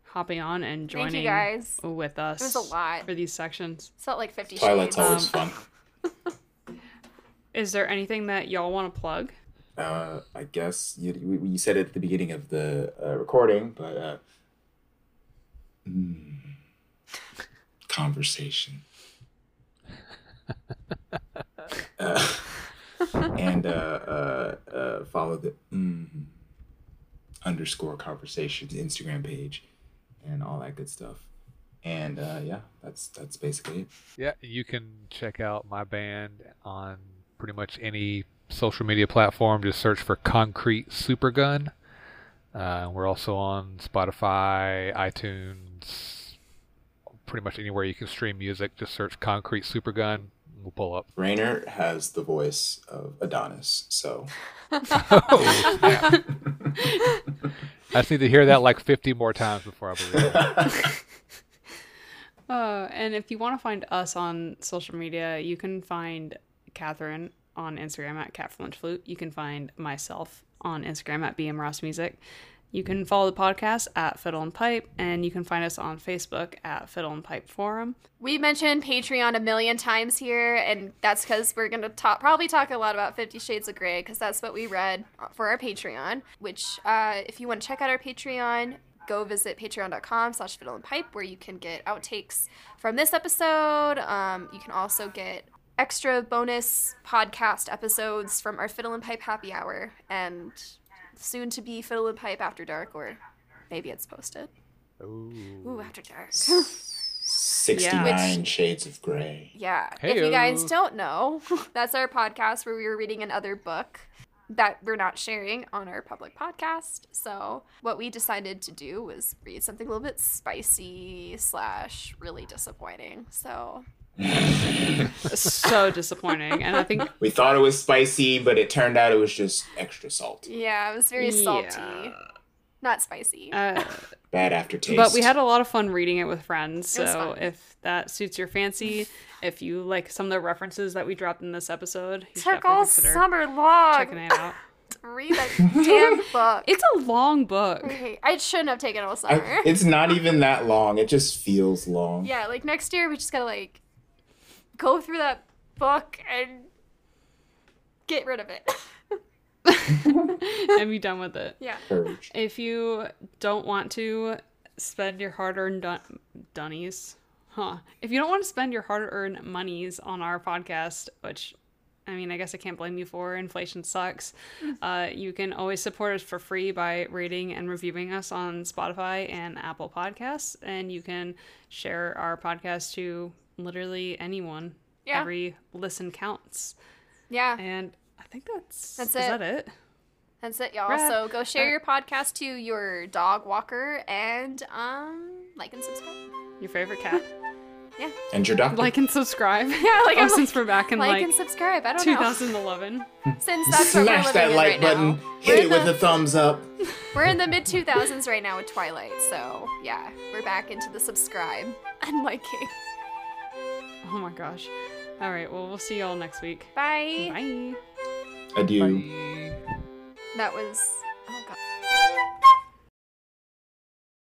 Speaker 1: hopping on and
Speaker 2: Thank
Speaker 1: joining
Speaker 2: you, guys.
Speaker 1: with us.
Speaker 2: was a lot.
Speaker 1: for these sections.
Speaker 2: It's not like Fifty
Speaker 3: Twilight's
Speaker 2: Shades.
Speaker 3: always
Speaker 1: Um,
Speaker 3: fun.
Speaker 1: Is there anything that y'all want to plug?
Speaker 3: Uh, I guess you, we, we said it at the beginning of the uh, recording, but uh, mm, conversation. uh, [LAUGHS] and uh, uh, uh, follow the mm, underscore conversations Instagram page and all that good stuff. And uh, yeah, that's that's basically it.
Speaker 4: Yeah, you can check out my band on pretty much any social media platform. Just search for Concrete Supergun. Uh, we're also on Spotify, iTunes, pretty much anywhere you can stream music. Just search Concrete Supergun. We'll pull up.
Speaker 3: Rainer has the voice of Adonis, so
Speaker 4: [LAUGHS]
Speaker 3: [LAUGHS]
Speaker 4: Oh, snap. I just need to hear that like 50 more times before I believe
Speaker 3: [LAUGHS]
Speaker 4: it.
Speaker 1: Uh, and if you want to find us on social media, you can find Catherine on Instagram at catfluentflute. You can find myself on Instagram at bmrossmusic. You can follow the podcast at Fiddle and Pipe, and you can find us on Facebook at Fiddle and Pipe Forum.
Speaker 2: We mentioned Patreon a million times here, and that's because we're gonna talk, probably talk a lot about Fifty Shades of Grey, because that's what we read for our Patreon. Which, uh, if you want to check out our Patreon, go visit patreon.com/slash fiddle and pipe, where you can get outtakes from this episode. Um, you can also get extra bonus podcast episodes from our Fiddle and Pipe Happy Hour, and soon to be Fiddle and Pipe After Dark, or maybe it's posted. Ooh,
Speaker 4: Ooh.
Speaker 2: After Dark.
Speaker 3: 69 Shades of Grey.
Speaker 2: Yeah. If you guys
Speaker 4: Heyo.
Speaker 2: don't know, [LAUGHS] that's our podcast where we were reading another book that we're not sharing on our public podcast. So what we decided to do was read something a little bit spicy slash really disappointing. So [LAUGHS]
Speaker 1: so disappointing. And I think
Speaker 3: We thought it was spicy, but it turned out it was just extra salt.
Speaker 2: yeah, it was very salty.
Speaker 1: Yeah.
Speaker 2: Not spicy.
Speaker 1: Uh,
Speaker 3: Bad aftertaste.
Speaker 1: but we had a lot of fun reading it with friends.
Speaker 2: It was
Speaker 1: So
Speaker 2: fun.
Speaker 1: if that suits your fancy, if you like some of the references that we dropped in this episode, you should
Speaker 2: Took all
Speaker 1: definitely consider
Speaker 2: summer long
Speaker 1: checking it out.
Speaker 2: [LAUGHS] to
Speaker 1: [LAUGHS]
Speaker 2: read that damn book.
Speaker 1: It's a long book.
Speaker 2: Okay, I shouldn't have taken all summer.
Speaker 3: I- it's not even that long. It just feels long.
Speaker 2: Yeah, like next year we just gotta like go through that book and get rid of it.
Speaker 1: [LAUGHS]
Speaker 2: [LAUGHS]
Speaker 1: and be done with it.
Speaker 2: yeah.
Speaker 3: Purge.
Speaker 1: If you don't want to spend your hard-earned dun- dunnies, huh? If you don't want to spend your hard-earned monies on our podcast, which I mean, I guess I can't blame you for inflation
Speaker 2: [LAUGHS]
Speaker 1: sucks. Uh, you can always support us for free by rating and reviewing us on Spotify and Apple Podcasts, and you can share our podcast to literally anyone.
Speaker 2: Yeah.
Speaker 1: Every listen counts,
Speaker 2: Yeah.
Speaker 1: and I think that's
Speaker 2: That's
Speaker 1: is
Speaker 2: it.
Speaker 1: that it.
Speaker 2: That's it, y'all.
Speaker 1: Rad.
Speaker 2: So go share your podcast to your dog walker and um like and subscribe.
Speaker 1: Your favorite cat.
Speaker 3: And your doctor.
Speaker 1: like and subscribe.
Speaker 2: [LAUGHS] Yeah, like
Speaker 1: oh,
Speaker 2: I'm
Speaker 1: since
Speaker 2: like,
Speaker 1: we're back in
Speaker 2: like,
Speaker 1: like,
Speaker 2: and subscribe. [LAUGHS] I don't know.
Speaker 1: 2011.
Speaker 2: Since that's what we're
Speaker 3: Smash
Speaker 2: living
Speaker 3: that
Speaker 2: in
Speaker 3: like
Speaker 2: right
Speaker 3: button.
Speaker 2: now.
Speaker 3: Hit it
Speaker 2: We're
Speaker 3: with
Speaker 2: in
Speaker 3: a thumbs up.
Speaker 2: We're in the mid 2000s right now with Twilight. So, yeah, we're back into the subscribe and liking.
Speaker 1: Oh my gosh. All right. Well, we'll see y'all next week.
Speaker 2: Bye.
Speaker 1: Bye.
Speaker 3: Adieu.
Speaker 4: Bye.
Speaker 2: That was oh,